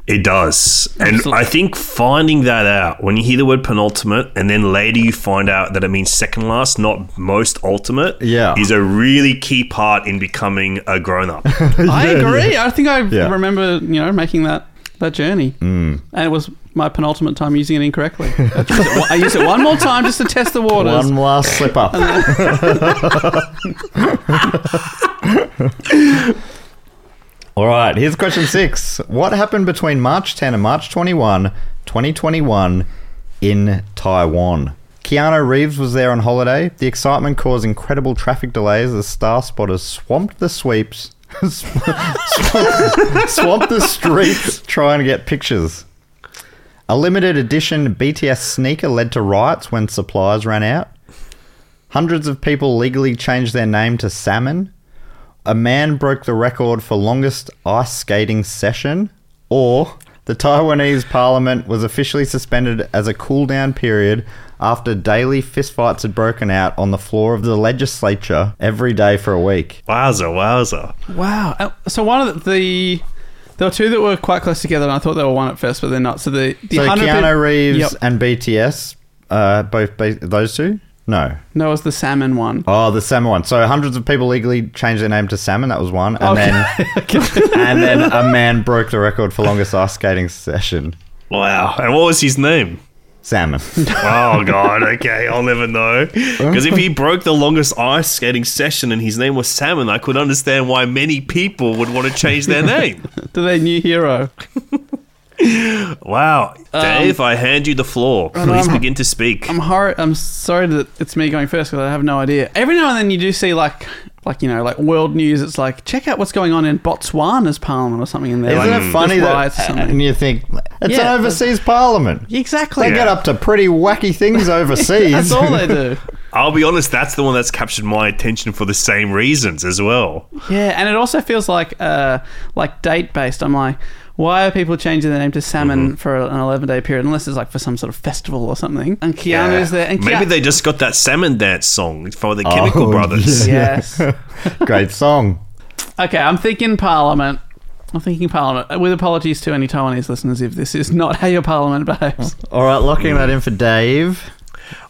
C: It does. And I think finding that out, when you hear the word penultimate and then later you find out that it means second last, not most ultimate,
B: Yeah.
C: is a really key part in becoming a grown up.
D: I agree. I think I
B: Yeah. Hmm.
D: remember, you know, making that that journey, mm. and it was my penultimate time using it incorrectly. I used it, one- I used it one more time just to test the waters.
B: One last slip up. All right, here's question six. What happened between March 10 and March 21, 2021, in Taiwan? Keanu Reeves was there on holiday. The excitement caused incredible traffic delays as star spotters swamped the sweeps, swamped, swamped the streets trying to get pictures. A limited edition BTS sneaker led to riots when supplies ran out. Hundreds of people legally changed their name to Salmon. A man broke the record for longest ice skating session. Or the Taiwanese parliament was officially suspended as a cool down period after daily fistfights had broken out on the floor of the legislature every day for a week.
C: wowza, wowza.
D: Wow. Uh, So one of the, the there were two that were quite close together, and I thought they were one at first, but they're not. So the, the
B: So
D: 100
B: Keanu
D: peop-
B: Reeves
D: Yep.
B: and BTS, uh, both ba- those two? No.
D: No, it was the salmon one.
B: Oh, the salmon one. So hundreds of people legally changed their name to salmon. That was one, and Oh,
D: Okay.
B: then and then a man broke the record for longest ice skating session.
C: Wow. And what was his name?
B: Salmon.
C: Oh, God. Okay. I'll never know. Because if he broke the longest ice skating session and his name was Salmon, I could understand why many people would want to change their name.
D: to their new hero.
C: Wow. Dave, I hand you the floor. Please begin to speak.
D: I'm hor- I'm sorry that it's me going first because I have no idea. Every now and then you do see like like you know like world news. It's like check out what's going on in Botswana's parliament or something in there.
B: Isn't
D: like,
B: it funny
D: there's
B: that?
D: riots or something.
B: And you think it's
D: Yeah,
B: an overseas parliament.
D: exactly.
B: They get up to pretty wacky things overseas.
D: That's all they do.
C: I'll be honest, that's the one that's captured my attention for the same reasons as well.
D: Yeah, and it also feels like uh, like date based. I'm like, why are people changing their name to
B: Mm-hmm.
D: Salmon for an 11 day period? Unless it's like for some sort of festival or something. And Keanu's there. And
C: Maybe
D: Kea-
C: they just got that salmon dance song for the Chemical
B: Oh,
C: Brothers.
D: Yes.
B: Great song.
D: okay, I'm thinking Parliament. I'm thinking Parliament. With apologies to any Taiwanese listeners if this is not how your Parliament behaves.
B: All right, locking that in for Dave.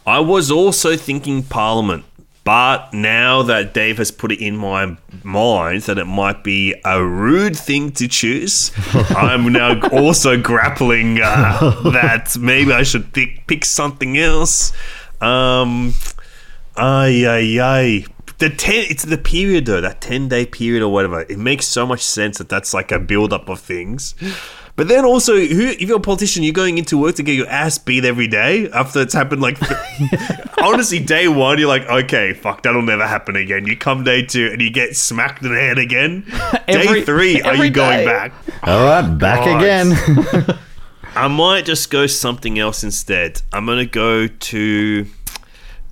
C: I was also thinking Parliament, but now that Dave has put it in my mind that it might be a rude thing to choose, I'm now also grappling uh, that maybe I should thi- pick something else. Um, ay, ay, ay. The ten, it's the period though, that 10 day period or whatever. It makes so much sense that that's like a build up of things. But then also, who, if you're a politician, you're going into work to get your ass beat every day after it's happened. Like, honestly, day one, you're like, okay, fuck, that'll never happen again. You come day two and you get smacked in the head again.
D: Every-
C: day three, are
D: every
C: you going
D: day.
C: back?
B: All right, back
C: God.
B: again.
C: I might just go something else instead. I'm gonna go to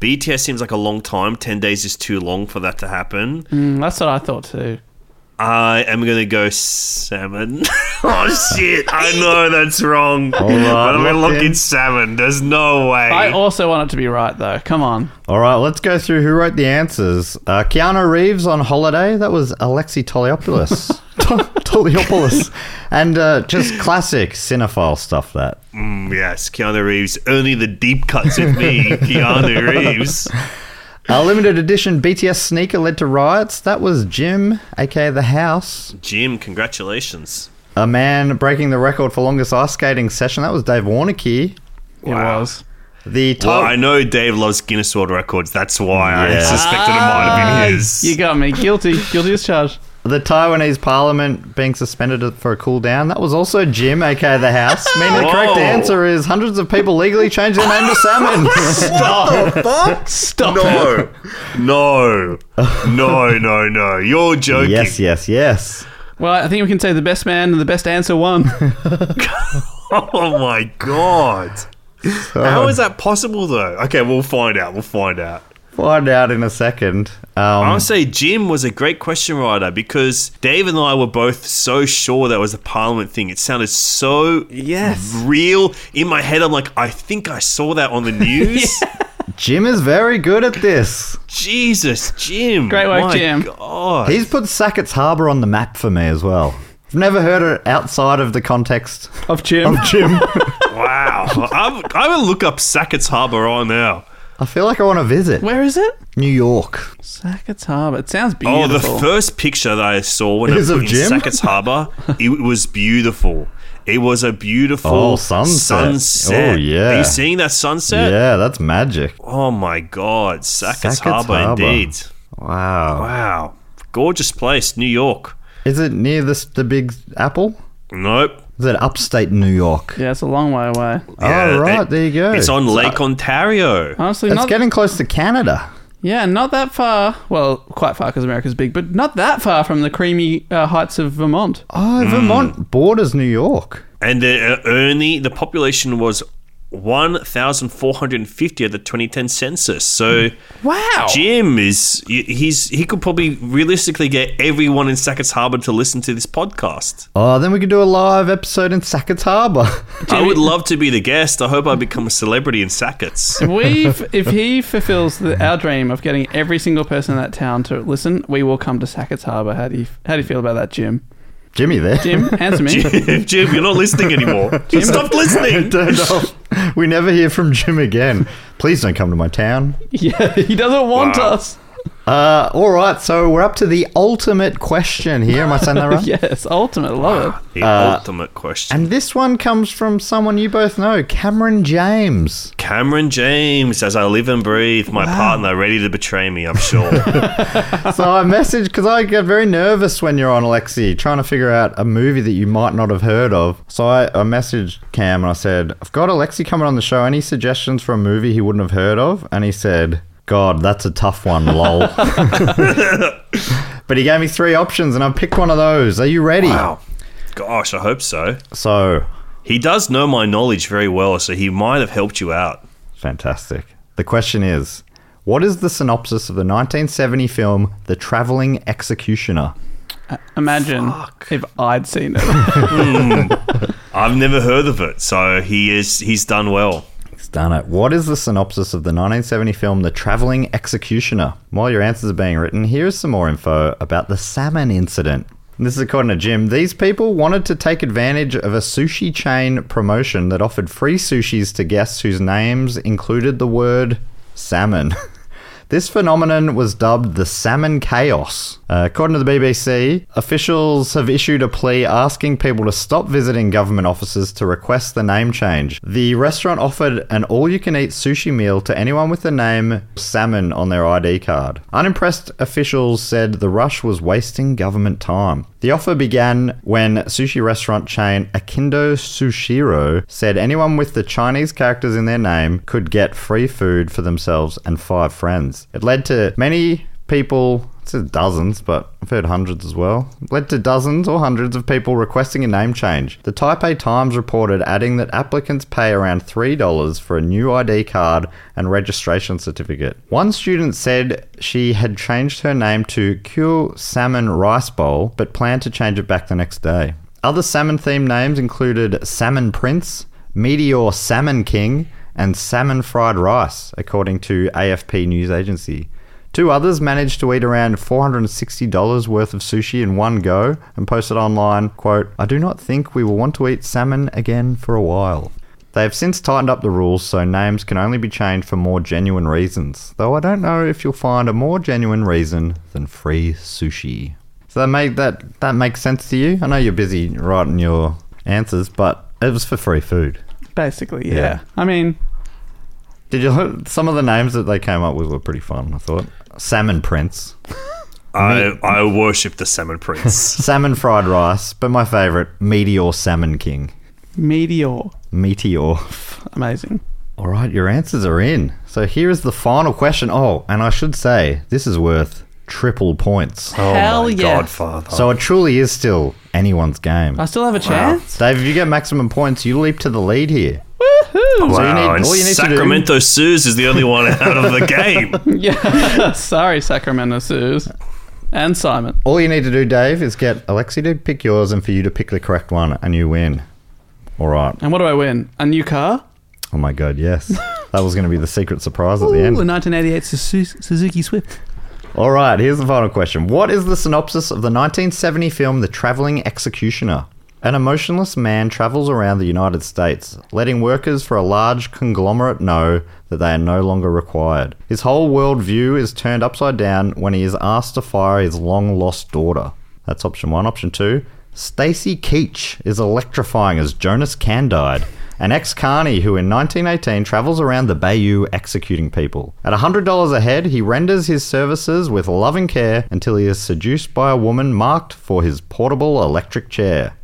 C: BTS. Seems like a long time. Ten days is too long for that to happen.
D: Mm, that's what I thought too.
C: I am gonna go salmon. oh shit! I know that's wrong.
B: right,
C: but I'm gonna
B: locked
C: look
B: in.
C: in salmon. There's no way.
D: I also want it to be right though. Come on.
B: All right, let's go through who wrote the answers. Uh, Keanu Reeves on holiday. That was Alexi Toliopoulos. To- Toliopoulos. And uh, just classic cinephile stuff, that.
C: Mm, yes, Keanu Reeves. Only the deep cuts of me, Keanu Reeves.
B: A Uh, limited edition BTS sneaker led to riots. That was Jim, aka The House.
C: Jim, congratulations.
B: A man breaking the record for longest ice skating session. That was Dave Warnicky.
D: It was.
B: The
C: Well,
B: title.
C: I know Dave loves Guinness World Records. That's why I
B: Yeah.
C: suspected it might have been his.
D: Ah, You got me. Guilty. Guilty as charged.
B: The Taiwanese parliament being suspended for a cool down. That was also Jim, aka the house. Meaning the correct
C: Whoa.
B: answer is hundreds of people legally changed their name to salmon.
D: Stop it.
C: no, no, no, no, no. You're joking.
B: yes, yes, yes.
D: Well, I think we can say the best man and the best answer won.
C: Oh my god. How is that possible though? Okay, we'll find out. We'll find out.
B: Find out in a second.
C: I
B: Um,
C: would say Jim was a great question writer because Dave and I were both so sure that was the Parliament thing. It sounded so
D: Yes.
C: real in my head. I'm like, I think I saw that on the news.
B: Jim is very good at this.
C: Jesus, Jim!
D: Great work,
C: my
D: Jim.
C: God.
B: He's put Sackett's Harbour on the map for me as well. I've never heard it outside of the context
D: Of Jim.
B: of Jim.
C: Wow. I'm, I'm gonna look up Sackett's Harbour right now.
B: I feel like I want to visit
D: Where is it?
B: New York.
D: Sackett's Harbour. It sounds
C: Oh,
D: beautiful.
C: the first picture that I saw when
B: Is
C: I
B: of
C: was in
B: Jim?
C: Sackett's Harbour, it was beautiful. It was a beautiful
B: Oh, sunset.
C: sunset.
B: Oh, yeah.
C: Are you seeing that sunset?
B: Yeah, that's magic.
C: Oh my God, Sackett's,
B: Sackett's
C: Harbour,
B: Harbour.
C: indeed.
B: Wow.
C: Wow, gorgeous place, New York.
B: Is it near this, the Big Apple?
C: Nope.
B: Is it upstate New York?
D: yeah, it's a long way away.
C: Yeah,
B: oh, right.
C: it-
B: there you go.
C: It's on Lake Ontario.
D: Honestly,
B: It's
D: not.
B: getting close to Canada.
D: yeah, not that far. Well, quite far because America's big, but not that far from the creamy uh, heights of Vermont.
B: Oh, Vermont borders New York.
C: And the uh, only the population was 1,450 at the 2010 census. So
D: Wow.
C: Jim is y- he's he could probably realistically get everyone in Sackett's Harbour to listen to this podcast.
B: Oh, then we could do a live episode in Sackett's Harbour.
C: I would love to be the guest. I hope I become a celebrity in Sackett's.
D: we, if he fulfills the, our dream of getting every single person in that town to listen, we will come to Sackett's Harbour. How do you How do you feel about that, Jim?
B: Jimmy there.
D: Jim, answer me.
C: Jim, you're not listening anymore. Stop listening.
B: Turned off. We never hear from Jim again. Please don't come to my town.
D: yeah, he doesn't want
C: Wow.
D: us.
B: Uh, all right, so we're up to the ultimate question here. Am I saying that right?
D: Yes, ultimate love it.
C: The ultimate question.
B: And this one comes from someone you both know, Cameron James.
C: Cameron James, as I live and breathe, my partner, ready to betray me. I'm sure.
B: So I messaged because I get very nervous when you're on Alexi, trying to figure out a movie that you might not have heard of. So I, I messaged Cam and I said, I've got Alexi coming on the show. Any suggestions for a movie he wouldn't have heard of? And he said, God, that's a tough one, lol. but he gave me three options and I picked one of those. Are you ready?
C: wow. Gosh, I hope so.
B: So
C: He does know my knowledge very well, so he might have helped you out.
B: Fantastic. The question is what is the synopsis of the 1970 film The Traveling Executioner?
D: Imagine if I'd seen it.
C: I've never heard of it, so he is he's done well.
B: He's done it. What is the synopsis of the 1970 film The Traveling Executioner? While your answers are being written, here's some more info about the salmon incident. This is according to Jim. These people wanted to take advantage of a sushi chain promotion that offered free sushis to guests whose names included the word salmon. This phenomenon was dubbed the salmon chaos. Uh, according to the BBC, officials have issued a plea asking people to stop visiting government offices to request the name change. The restaurant offered an all you can eat sushi meal to anyone with the name salmon on their ID card. Unimpressed officials said the rush was wasting government time. The offer began when sushi restaurant chain Akindo Sushiro said anyone with the Chinese characters in their name could get free food for themselves and five friends. It led to many people, it says dozens, but I've heard hundreds as well, It led to dozens or hundreds of people requesting a name change. The Taipei Times reported adding that applicants pay around $3 for a new ID card and registration certificate. One student said she had changed her name to Q Salmon Rice Bowl, but planned to change it back the next day. Other salmon themed names included Salmon Prince, Meteor Salmon King, and Salmon Fried Rice, according to AFP News Agency. Two others managed to eat around $460 worth of sushi in one go and posted online, quote, I do not think we will want to eat salmon again for a while. They have since tightened up the rules so names can only be changed for more genuine reasons, though I don't know if you'll find a more genuine reason than free sushi. So that make that that makes sense to you? I know you're busy writing your answers, but it was for free food.
D: Basically, yeah.
B: Yeah.
D: I mean,
B: Did you? look- Some of the names that they came up with were pretty fun. I thought salmon prince,
C: I, I worship the Salmon Prince.
B: salmon fried rice, but my favorite meteor salmon king.
D: Meteor.
B: Meteor.
D: Amazing.
B: All right, your answers are in. So here is the final question. Oh, and I should say this is worth triple points.
C: Oh
D: Hell
C: my
D: yeah.
C: Godfather.
B: So it truly is still anyone's game.
D: I still have a chance.
B: Dave, if you get maximum points, you leap to the lead here.
D: Woohoo!
C: wow,
B: you need-
C: and
B: all you need to do-
C: Sacramento Suze is the only one out of the game.
D: Yeah. Sorry, Sacramento Suze. And Simon.
B: All you need to do, Dave, is get Alexi to pick yours and for you to pick the correct one, and you win. All right.
D: And what do I win? A new car?
B: Oh my god, yes. That was going to be the secret surprise at the
D: Ooh, a
B: end.
D: 1988 Suzu- Suzuki Swift.
B: All right, here's the final question. What is the synopsis of the 1970 film The Traveling Executioner? An emotionless man travels around the United States, letting workers for a large conglomerate know that they are no longer required. His whole world view is turned upside down when he is asked to fire his long lost daughter. That's option one. Option two Stacy Keach is electrifying as Jonas Candide, an ex carney who in 1918 travels around the Bayou executing people. At $100 a head, he renders his services with loving care until he is seduced by a woman marked for his portable electric chair.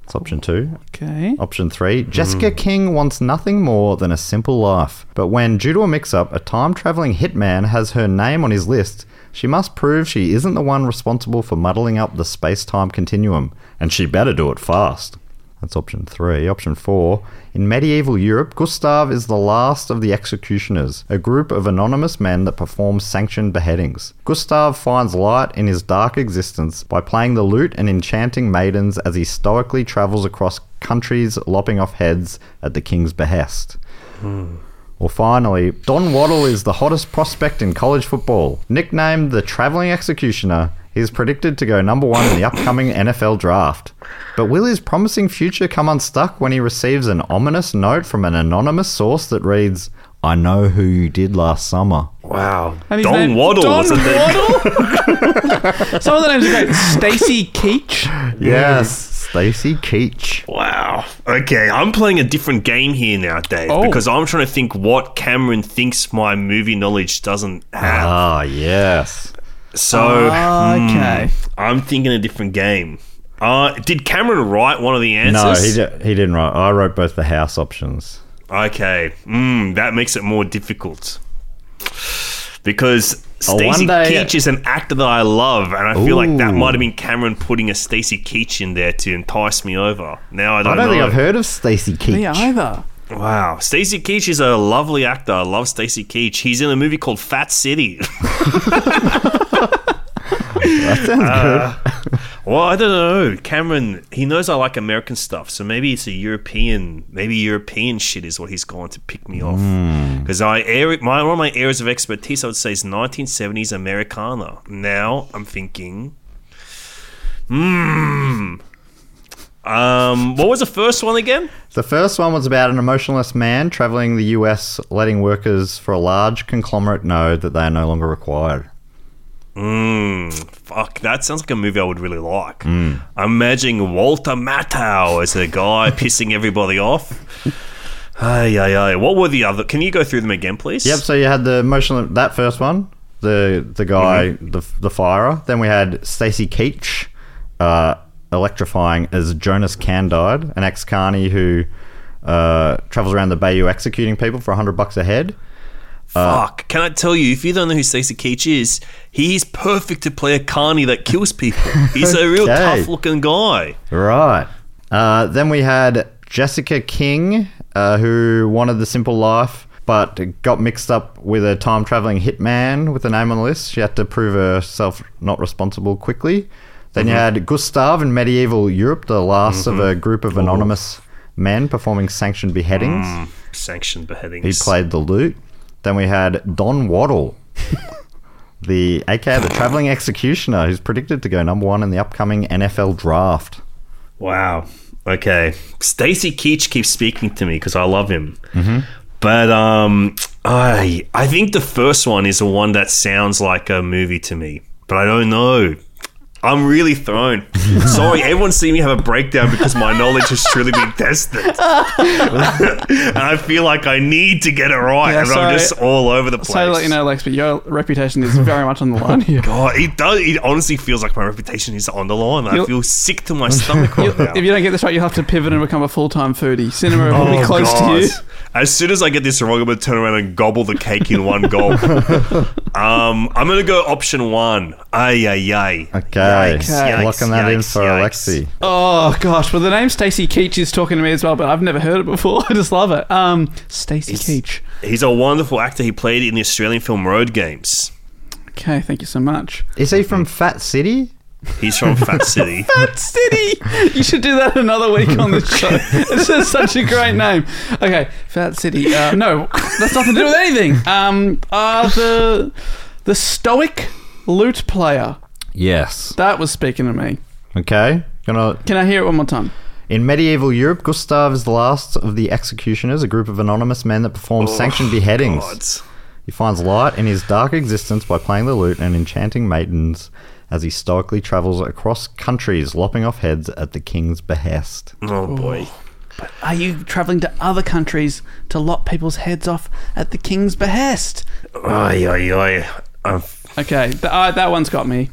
B: That's option two.
D: Okay.
B: Option three Jessica King wants nothing more than a simple life. But when, due to a mix up, a time traveling hitman has her name on his list, she must prove she isn't the one responsible for muddling up the space time continuum. And she better do it fast. That's option three. Option four. In medieval Europe, Gustav is the last of the executioners, a group of anonymous men that perform sanctioned beheadings. Gustav finds light in his dark existence by playing the lute and enchanting maidens as he stoically travels across countries, lopping off heads at the king's behest. Well, finally, Don Waddle is the hottest prospect in college football. Nicknamed the Traveling Executioner, he is predicted to go number one in the upcoming NFL draft. But will his promising future come unstuck when he receives an ominous note from an anonymous source that reads, I know who you did last summer?
C: Wow.
D: And his
C: Don
D: name-
C: Waddle
D: Don
C: was a thing.
D: Waddle? Some of the names are great. Stacy Keach.
B: Yes, Stacy Keach.
C: Wow. Okay, I'm playing a different game here now, Dave,
D: Oh.
C: because I'm trying to think what Cameron thinks my movie knowledge doesn't have.
B: Ah, yes.
C: so
D: Okay.
C: I'm thinking a different game. Uh, did Cameron write one of the
B: No, he,
C: answers?
B: di- he didn't write. I wrote both the house options.
C: Okay. Mm, that makes it more difficult. Because
B: Oh, one
C: Stacey
B: day-
C: Keach is an actor that I love, and I feel like that
B: Ooh.
C: might have been Cameron putting a Stacey Keach in there to entice me over. Now I don't,
B: I don't
C: know.
B: think I've heard of Stacy Keach.
D: Me either.
C: Wow, Stacey Keach is a lovely actor. I love Stacey Keach. He's in a movie called Fat City.
B: That sounds good.
C: Uh, well, I don't know. Cameron, he knows I like American stuff, so maybe it's a European, maybe European shit is what he's going to pick me off.
B: Hmm.
C: Because I area, my one of my areas of expertise, I would say, is 1970s Americana. Now I'm thinking, hmm. Um, what was the first one again?
B: The first one was about an emotionless man traveling the US, letting workers for a large conglomerate know that they are no longer required.
C: Mm, fuck, that sounds like a movie I would really like. I'm imagining Walter Matthau as a guy pissing everybody off. Ay, ay, ay. What were the other? Can you go through them again, please?
B: Yep. So you had the emotional that first one, the the guy,
D: Mm-hmm.
B: the the firer. Then we had Stacy Keach, uh, electrifying as Jonas Candide, an ex carney who uh, travels around the Bayou executing people for hundred bucks a head.
C: Fuck. Can I tell you, if you don't know who Stacey Keach is, he's perfect to play a carny that kills people. He's a real
B: Okay.
C: tough looking guy.
B: Right. Uh, then we had Jessica King, uh, who wanted the simple life, but got mixed up with a time traveling hitman with a name on the list. She had to prove herself not responsible quickly. Then you had Gustav in medieval Europe, the last of a group of anonymous men performing sanctioned beheadings.
C: Sanctioned
B: He
C: beheadings.
B: played the lute. Then we had Don Waddle, the aka the traveling executioner, who's predicted to go number one in the upcoming NFL draft.
C: Wow. Okay. Stacy Keach keeps speaking to me because I love him.
D: Mm-hmm.
C: But um, I I think the first one is the one that sounds like a movie to me, but I don't know. I'm really thrown. Sorry, everyone's seen me have a breakdown because my knowledge has truly been tested. and I feel like I need to get it right.
D: Yeah,
C: and
D: sorry.
C: I'm just all over the place.
D: So to let you know, Lex, but your reputation is very much on the line here.
C: God, it does. It honestly feels like my reputation is on the line. I
D: You'll-
C: feel sick to my stomach
D: You-
C: right now.
D: if you don't get this right, you'll have to pivot and become a full-time foodie. Cinema will be close
C: Oh, God.
D: to you.
C: As soon as I get this wrong, I'm gonna turn around and gobble the cake in one gulp. um, I'm gonna go option one. Ay ay ay.
B: Okay,
D: Yikes,
B: locking that in
C: yikes,
B: for
C: yikes.
B: Alexi.
D: Oh gosh, well the name Stacey Keach is talking to me as well, but I've never heard it before. I just love it. Um, Stacey Keach.
C: He's a wonderful actor. He played in the Australian film Road Games.
D: Okay, thank you so much.
B: Is he from Fat City?
C: He's from Fat City.
D: Fat City. You should do that another week on the show. It's just such a great name. Okay, Fat City. Uh, no, that's nothing to do with anything. Um, uh, the the Stoic lute player.
B: Yes.
D: That was speaking to me.
B: Okay. Gonna
D: Can I hear it one more time?
B: In medieval Europe, Gustav is the last of the executioners, a group of anonymous men that perform sanctioned beheadings.
C: Oh, God.
B: He finds light in his dark existence by playing the lute and enchanting maidens as he stoically travels across countries, lopping off heads at the king's behest.
C: Oh boy.
D: Are you traveling to other countries to lop people's heads off at the king's behest?
C: Ay ay ay. Um, I'm
D: Okay, th- uh, that one's got me.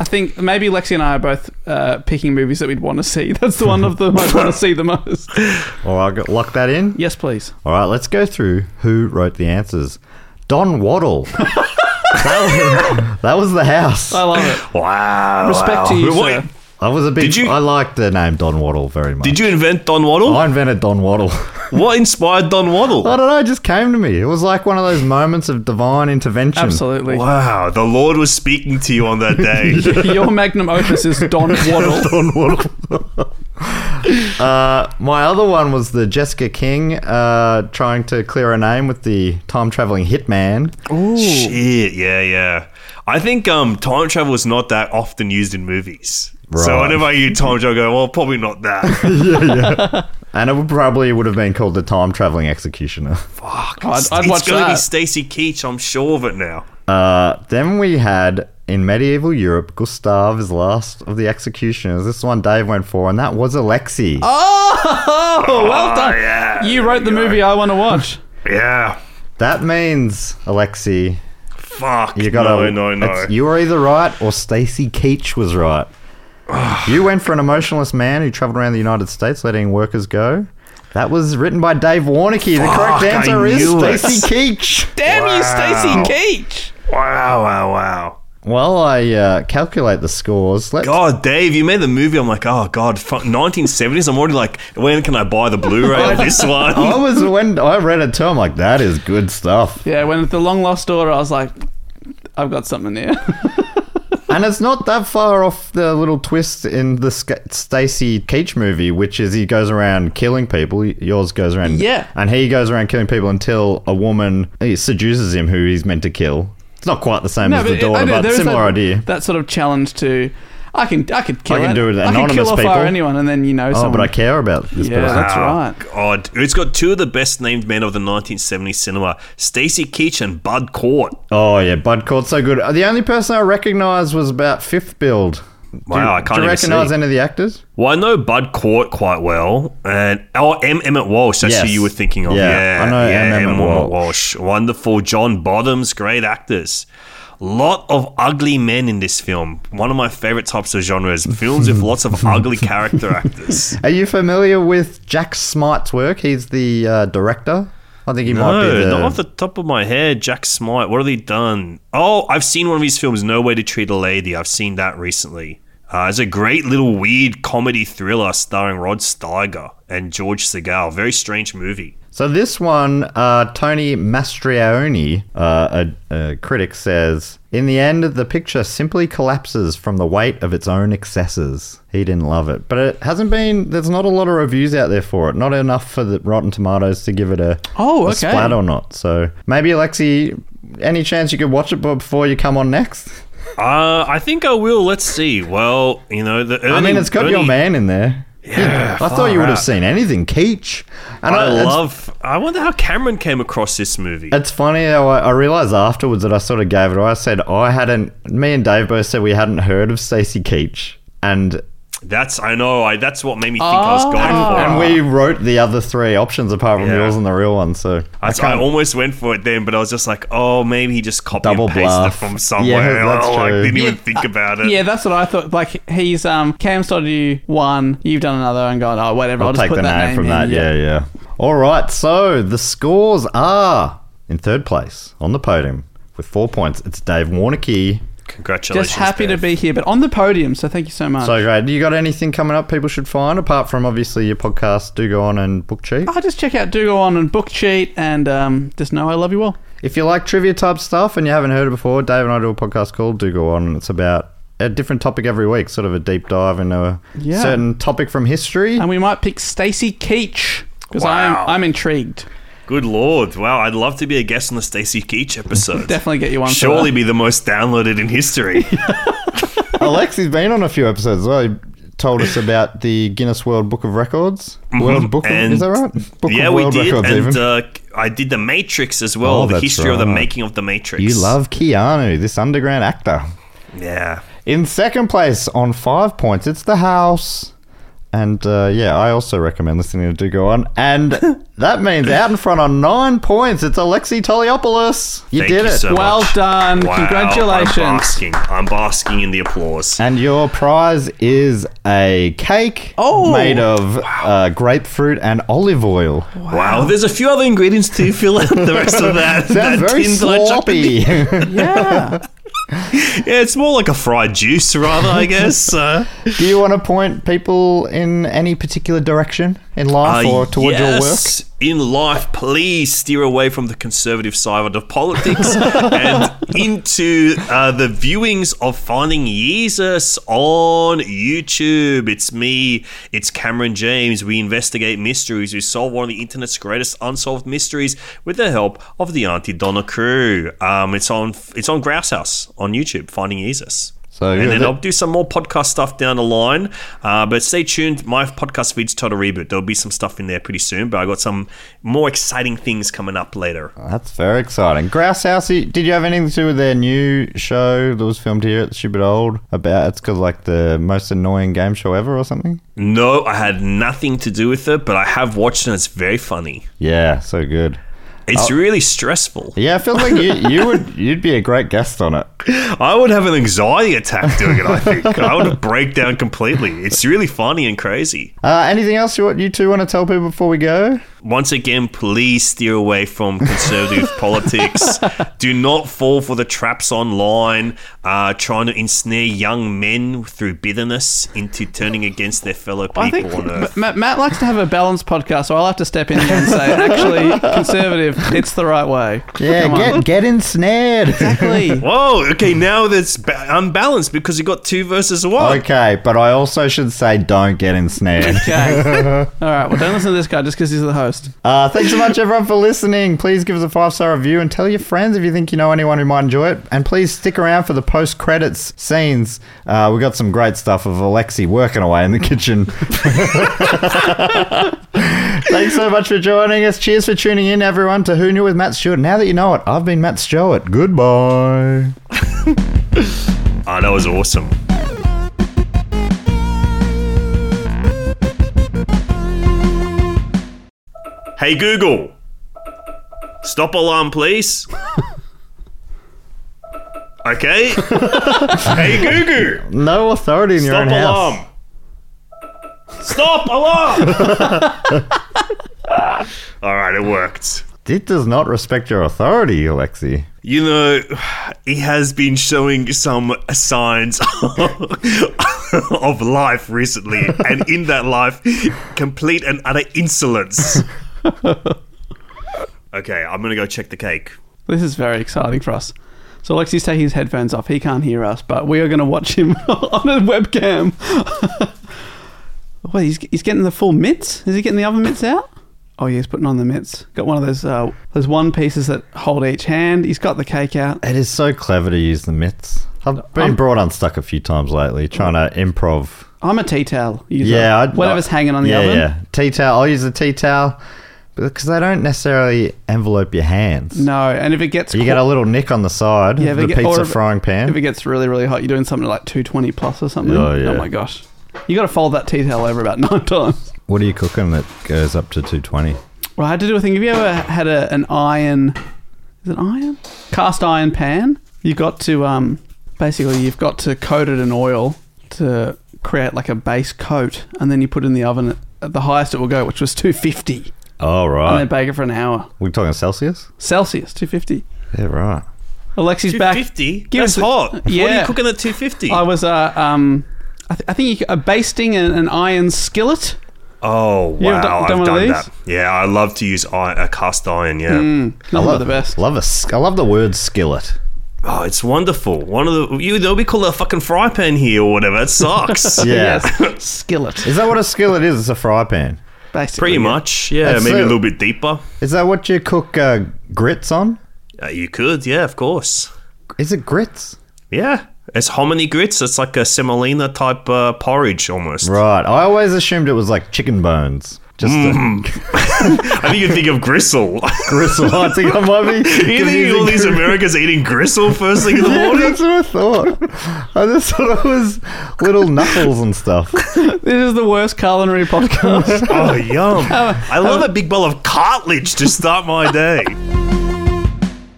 D: I think maybe Lexi and I are both uh, picking movies that we'd want to see. That's the one of them I want to see the most.
B: All right, got- lock that in.
D: Yes, please.
B: All right, let's go through who wrote the answers. Don Waddle. that, was, that was the house.
C: Oh,
D: I love it.
C: wow.
D: Respect
C: wow.
D: to you,
C: Wait,
D: sir.
B: I was a big.
C: Did you-
B: I liked the name Don Waddle very much.
C: Did you invent Don Waddle?
B: I invented Don Waddle.
C: What inspired Don Waddle?
B: I don't know. It just came to me. It was like one of those moments of divine intervention.
D: Absolutely.
C: Wow, the Lord was speaking to you on that day.
D: Your magnum opus is Don Waddle.
B: Don Waddle. uh, my other one was the Jessica King uh, trying to clear her name with the time traveling hitman.
C: Shit, yeah, yeah. I think um, time travel is not that often used in movies. So
B: Right.
C: whenever I hear time travel, I go, well, probably not that.
B: And it would probably would have been called the time traveling executioner.
D: I'd, I'd
C: it's
D: watch
C: gonna be
D: that.
C: Stacy Keach, I'm sure of it now.
B: Uh, then we had in medieval Europe, Gustav is last of the executioners. This one Dave went for, and that was Alexei.
D: Oh, well done.
C: yeah,
D: you wrote the movie I want to watch.
C: Yeah.
B: That means Alexei.
C: Fuck.
B: You got
C: no,
B: a,
C: no, no.
B: it's- You were either right or Stacy Keach was right. you went for an emotionless man who traveled around the United States letting workers go. That was written by Dave Warnicky. The correct
C: Fuck, I
B: answer is
C: knew it.
B: Stacy Keach.
D: Damn you, Stacey Keach.
C: Wow, wow, wow.
B: While I uh, calculate the scores, let's.
C: God, Dave, you made the movie. I'm like, oh, God, fu- 1970s. I'm already like, when can I buy the Blu ray of this one?
B: I was when I read it too. I'm like, that is good stuff.
D: Yeah, when the long lost daughter, I was like, I've got something here.
B: and it's not that far off the little twist in the Sc- Stacy Keach movie, which is he goes around killing people. Yours goes around,
D: Yeah.
B: and he goes around killing people until a woman he seduces him, who he's meant to kill. It's not quite the same as the
D: it- I
B: daughter,
D: know,
B: but
D: there is
B: similar
D: that,
B: idea.
D: That sort of challenge to, I can, I could kill.
B: I can
D: it.
B: do it
D: I can
B: anonymous
D: kill or fire
B: people.
D: anyone, and then you know
B: Oh,
D: someone.
B: but I care about this
D: Yeah,
B: person.
D: that's
C: Wow,
D: right.
C: God, it's got two of the best named men of the 1970s cinema Stacy Keach and Bud Cort.
B: Oh yeah, Bud Cort's so good. The only person I recognised was about fifth build. Do
C: Wow,
B: you-
C: I can't
B: Do you
C: even
B: recognise
C: see.
B: any of the actors?
C: Well, I know Bud Court quite well, and oh, M. Emmett Walsh. That's who
B: Yes.
C: you were thinking of.
B: Yeah,
C: Yeah,
B: I know
C: yeah,
B: M. Emmett
C: Walsh. Wonderful. John Bottoms, great actors. Lot of ugly men in this film. One of my favorite types of genres: films with lots of ugly character actors.
B: Are you familiar with Jack Smite's work? He's the uh, director. I think he might be
C: No,
B: the
C: not off the top of my head. Jack Smite. What have they done? Oh, I've seen one of his films, No Way to Treat a Lady. I've seen that recently. Uh, it's a great little weird comedy thriller starring Rod Steiger and George Segal. Very strange movie.
B: So this one, uh, Tony Mastrioni, uh, a, a critic, says, "In the end, the picture simply collapses from the weight of its own excesses." He didn't love it, but it hasn't been. There's not a lot of reviews out there for it. Not enough for the Rotten Tomatoes to give it a
D: Oh,
B: a
D: okay.
B: splat or not. So maybe Alexi, any chance you could watch it before you come on next?
C: Uh, I think I will. Let's see. Well, you know, the early,
B: I mean, it's got
C: early-
B: your man in there.
C: Yeah,
B: I thought you
C: far
B: would have
C: out.
B: seen anything, Keach. And
C: I
B: it's-
C: love. I wonder how Cameron came across this movie.
B: It's funny how I, I realized afterwards that I sort of gave it. away. I said I hadn't. Me and Dave both said we hadn't heard of Stacey Keach, and
C: That's I know. I that's what made me think I was
D: Oh.
C: going for.
B: and we wrote the other three options apart from
C: Yeah.
B: yours and the real one. So
C: I, I almost went for it then, but I was just like, oh, maybe he just copied
B: Double
C: and pasted
B: bluff.
C: it from somewhere. Oh,
B: Yeah, that's
C: I
B: true.
C: didn't even
D: Yeah,
C: think about it.
D: Yeah, that's what I thought. Like he's um Cam's done you one, you've done another, and gone oh whatever. I'll,
B: I'll
D: just
B: take
D: put
B: the
D: that
B: name
D: name
B: from
D: in.
B: that. Yeah, yeah. All right. So the scores are in third place on the podium with four points. It's Dave Warnicky.
C: Congratulations.
D: Just happy to
C: Dave.
D: be here, but on the podium. So thank you so much.
B: So great. You got anything coming up? People should find apart from obviously your podcast. Do go on and book cheap.
D: I'll just check out Do Go On and Book Cheat, and um, just know I love you all.
B: If you like trivia type stuff and you haven't heard it before, Dave and I do a podcast called Do Go On. and It's about a different topic every week, sort of a deep dive into a
D: Yeah.
B: certain topic from history.
D: And we might pick Stacey Keach because
C: Wow.
D: I'm I'm intrigued.
C: Good lord! Wow, I'd love to be a guest on the Stacey Keach episode.
D: Definitely get you one. for
C: Surely
D: that.
C: be the most downloaded in history.
B: Alexi's been on a few episodes as well. He told us about the Guinness World Book of Records. World Book of,
C: Mm-hmm. and-
B: is that right? Book
C: yeah,
B: of
C: we
B: World
C: did,
B: Records
C: and
B: even.
C: uh, I did the Matrix as well.
B: Oh,
C: the
B: that's
C: history of the
B: right.
C: making of the Matrix.
B: you love Keanu, this underground actor.
C: yeah.
B: In second place on five points, it's The House. And uh, yeah, I also recommend listening to Do Go On. And that means out in front on nine points, it's Alexi Toliopoulos. You
C: Thank
B: did
C: you
B: it.
C: so
D: Well
C: much.
D: done.
C: Wow,
D: Um, Congratulations.
C: I'm basking. I'm basking in the applause.
B: And your prize is a cake
D: Oh.
B: made of uh, grapefruit and olive oil.
C: Wow. there's a few other ingredients to fill out the rest of that.
B: Sounds
C: that
B: very
C: tin that I chucked in
B: sloppy.
D: Yeah.
C: Yeah, it's more like a fried juice rather, I guess. Uh,
B: Do you want to point people in any particular direction in life or towards your work?
C: Ah, Uh, yes, in life, please steer away from the conservative side of politics and into uh, the viewings of Finding Jesus on YouTube. It's me, it's Cameron James. We investigate mysteries. We solve one of the internet's greatest unsolved mysteries with the help of the Auntie Donna crew. Um, it's on it's on Grouse House on YouTube. Finding Jesus.
B: So,
C: and
B: yeah,
C: then
B: that-
C: I'll do some more podcast stuff down the line. Uh, but stay tuned. My podcast feed's Total Reboot. There'll be some stuff in there pretty soon, but I got some more exciting things coming up later.
B: That's very exciting. Grouse House, y- did you have anything to do with their new show that was filmed here at the Stupid Old? About it's called like the most annoying game show ever or something?
C: No, I had nothing to do with it, but I have watched it and it's very funny.
B: Yeah, so good.
C: It's really stressful.
B: Oh. Yeah, it feels like you, you would you'd be a great guest on it.
C: I would have an anxiety attack doing it, I think. I would break down completely. It's really funny and crazy.
B: Uh, anything else you want you two want to tell people before we go?
C: Once again, please steer away from conservative politics. Do not fall for the traps online, uh, trying to ensnare young men through bitterness into turning against their fellow people
D: I think
C: on
D: M-
C: earth.
D: Matt, Matt likes to have a balanced podcast, so I'll have to step in here and say, actually, conservative, it's the right way.
B: Yeah, get get ensnared.
D: Exactly.
C: Whoa, okay, now that's ba- unbalanced because you got two versus one.
B: Okay, but I also should say don't get ensnared.
D: Okay. All right. Well, don't listen to this guy just because he's the host.
B: Uh, thanks so much, everyone, for listening. Please give us a five star review and tell your friends if you think you know anyone who might enjoy it. And please stick around for the post credits scenes. Uh, we got some great stuff of Alexi working away in the kitchen. thanks so much for joining us. Cheers for tuning in, everyone, to Who Knew with Matt Stewart. Now that you know it, I've been Matt Stewart. Goodbye.
C: Oh, that was awesome. Hey, Google. Stop alarm, please. Okay. hey, Google.
B: No authority in your
C: Stop
B: own house.
C: alarm. Stop alarm. All right, it worked.
B: It does not respect your authority, Alexi.
C: You know, he has been showing some signs of life recently, and in that life, complete and utter insolence. Okay, I'm gonna go check the cake.
D: This is very exciting for us. So Alexi's taking his headphones off. He can't hear us, but we are going to watch him on a webcam. Wait, he's, he's getting the full mitts? Is he getting the other mitts out? Oh, yeah, he's putting on the mitts. Got one of those uh, those one pieces that hold each hand. He's got the cake out.
B: It is so clever to use the myths. I've been brought unstuck a few times lately, trying to improv.
D: I'm a tea towel user.
B: Yeah, I'd- uh,
D: whatever's hanging on the
B: yeah,
D: oven.
B: Yeah, tea towel. I'll use a tea towel because they don't necessarily envelope your hands.
D: No, and if it gets
B: You
D: qu-
B: get a little nick on the side
D: Yeah,
B: of
D: they
B: the
D: get-
B: pizza
D: or if-
B: frying pan.
D: if it gets really really hot, you're doing something like 220 plus or something.
B: Oh, yeah.
D: my gosh, you got to fold that tea towel over about nine times.
B: what are you cooking that goes up to 220?
D: Well, I had to do a thing. Have you ever had a, an iron? Is it iron? Cast iron pan. You got to um, basically you've got to coat it in oil to create like a base coat, and then you put it in the oven at, at the highest it will go, which was 250,
B: Oh,
D: and
B: right.
D: then bake it for an hour
B: We're talking Celsius?
D: Celsius, 250.
B: Yeah, right.
D: Alexi's back.
C: 250?
D: Give
C: That's
D: us a-
C: hot. What are
D: Yeah.
C: you cooking at 250?
D: I was uh, um, I, th- I think you, c- a basting an, an iron skillet.
C: oh, wow.
D: You have done-
C: I've
D: done
C: done,
D: one of
C: that. Yeah, I love to use iron, a cast iron, yeah.
D: Nothing but the best.
B: Love a sk- I love the word skillet.
C: Oh, it's wonderful. One of the you know we call it a fucking fry pan here or whatever. It sucks.
B: Yeah.
D: Yes, skillet.
B: Is that what a skillet is? It's a fry pan.
D: Basically,
C: Pretty
D: yeah.
C: much. Yeah,
B: That's
C: maybe
B: it.
C: a little bit deeper.
B: Is that what you cook uh, grits on?
C: Uh, you could, yeah, of course.
B: Is it grits?
C: Yeah. It's hominy grits. It's like a semolina type uh, porridge almost.
B: Right. I always assumed it was like chicken bones. Just a
C: Mm. I think you think of gristle.
B: gristle. I think I might be.
C: you think all
B: confusing
C: these
B: gr-
C: Americans eating gristle first thing in the
B: Yeah,
C: morning?
B: that's what I thought. I just thought it was little knuckles and stuff.
D: This is the worst culinary podcast.
C: Oh, yum. I love a big bowl of cartilage to start my day.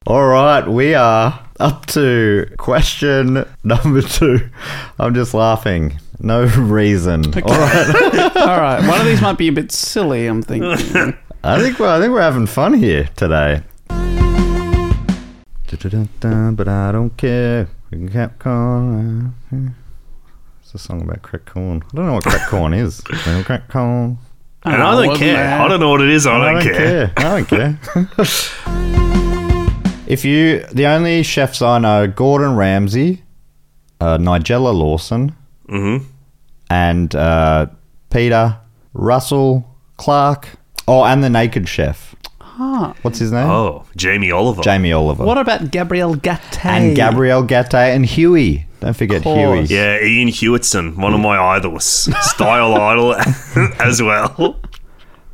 B: All right, we are up to question number two. I'm just laughing. No reason. All right.
D: All right, one of these might be a bit silly. I'm thinking.
B: I think we're, I think we're having fun here today. Dun-dun-dun-dun, But I don't care. We can cap corn. It's a song about crack corn. I don't know what crack corn is. Well, crack corn.
C: And I don't
D: wasn't
C: care.
D: there.
C: I don't know what it is. I don't,
B: Oh, I don't
C: care.
B: care. I don't care. if you, the only chefs I know, Gordon Ramsay, uh, Nigella Lawson, Mm-hmm.
C: Mhm.
B: and uh, Peter Russell Clark. Oh, and the Naked Chef. What's his name?
C: Oh, Jamie Oliver.
B: Jamie Oliver.
D: What about Gabrielle Gatte?
B: and Gabrielle Gatte and Huey. Don't forget
D: course.
B: Huey.
C: yeah, Ian Hewitson, one of my idols, style idol as well.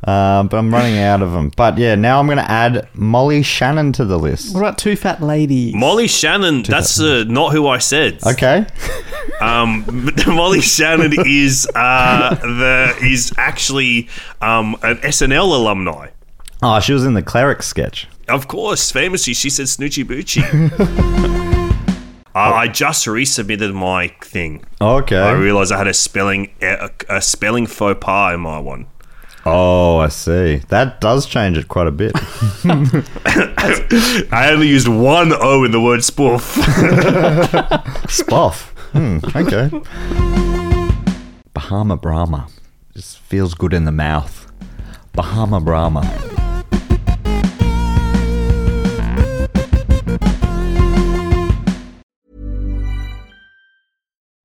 B: Um, but I'm running out of them. But yeah, now I'm going to add Molly Shannon to the list.
D: What about two fat ladies?
C: Molly Shannon, that's uh, not who I said.
B: Okay.
C: Um, Molly Shannon is uh, the is actually um, an SNL alumni.
B: Oh, she was in the cleric sketch.
C: Of course, famously, she said Snoochie Boochie. uh, I just resubmitted my thing.
B: Okay.
C: I realized I had a spelling e, a, a spelling faux pas in my one.
B: Oh, I see. That does change it quite a bit.
C: I only used one O in the word spoof.
B: Spoff. Hmm, okay. Bahama Brahma. Just feels good in the mouth. Bahama Brahma.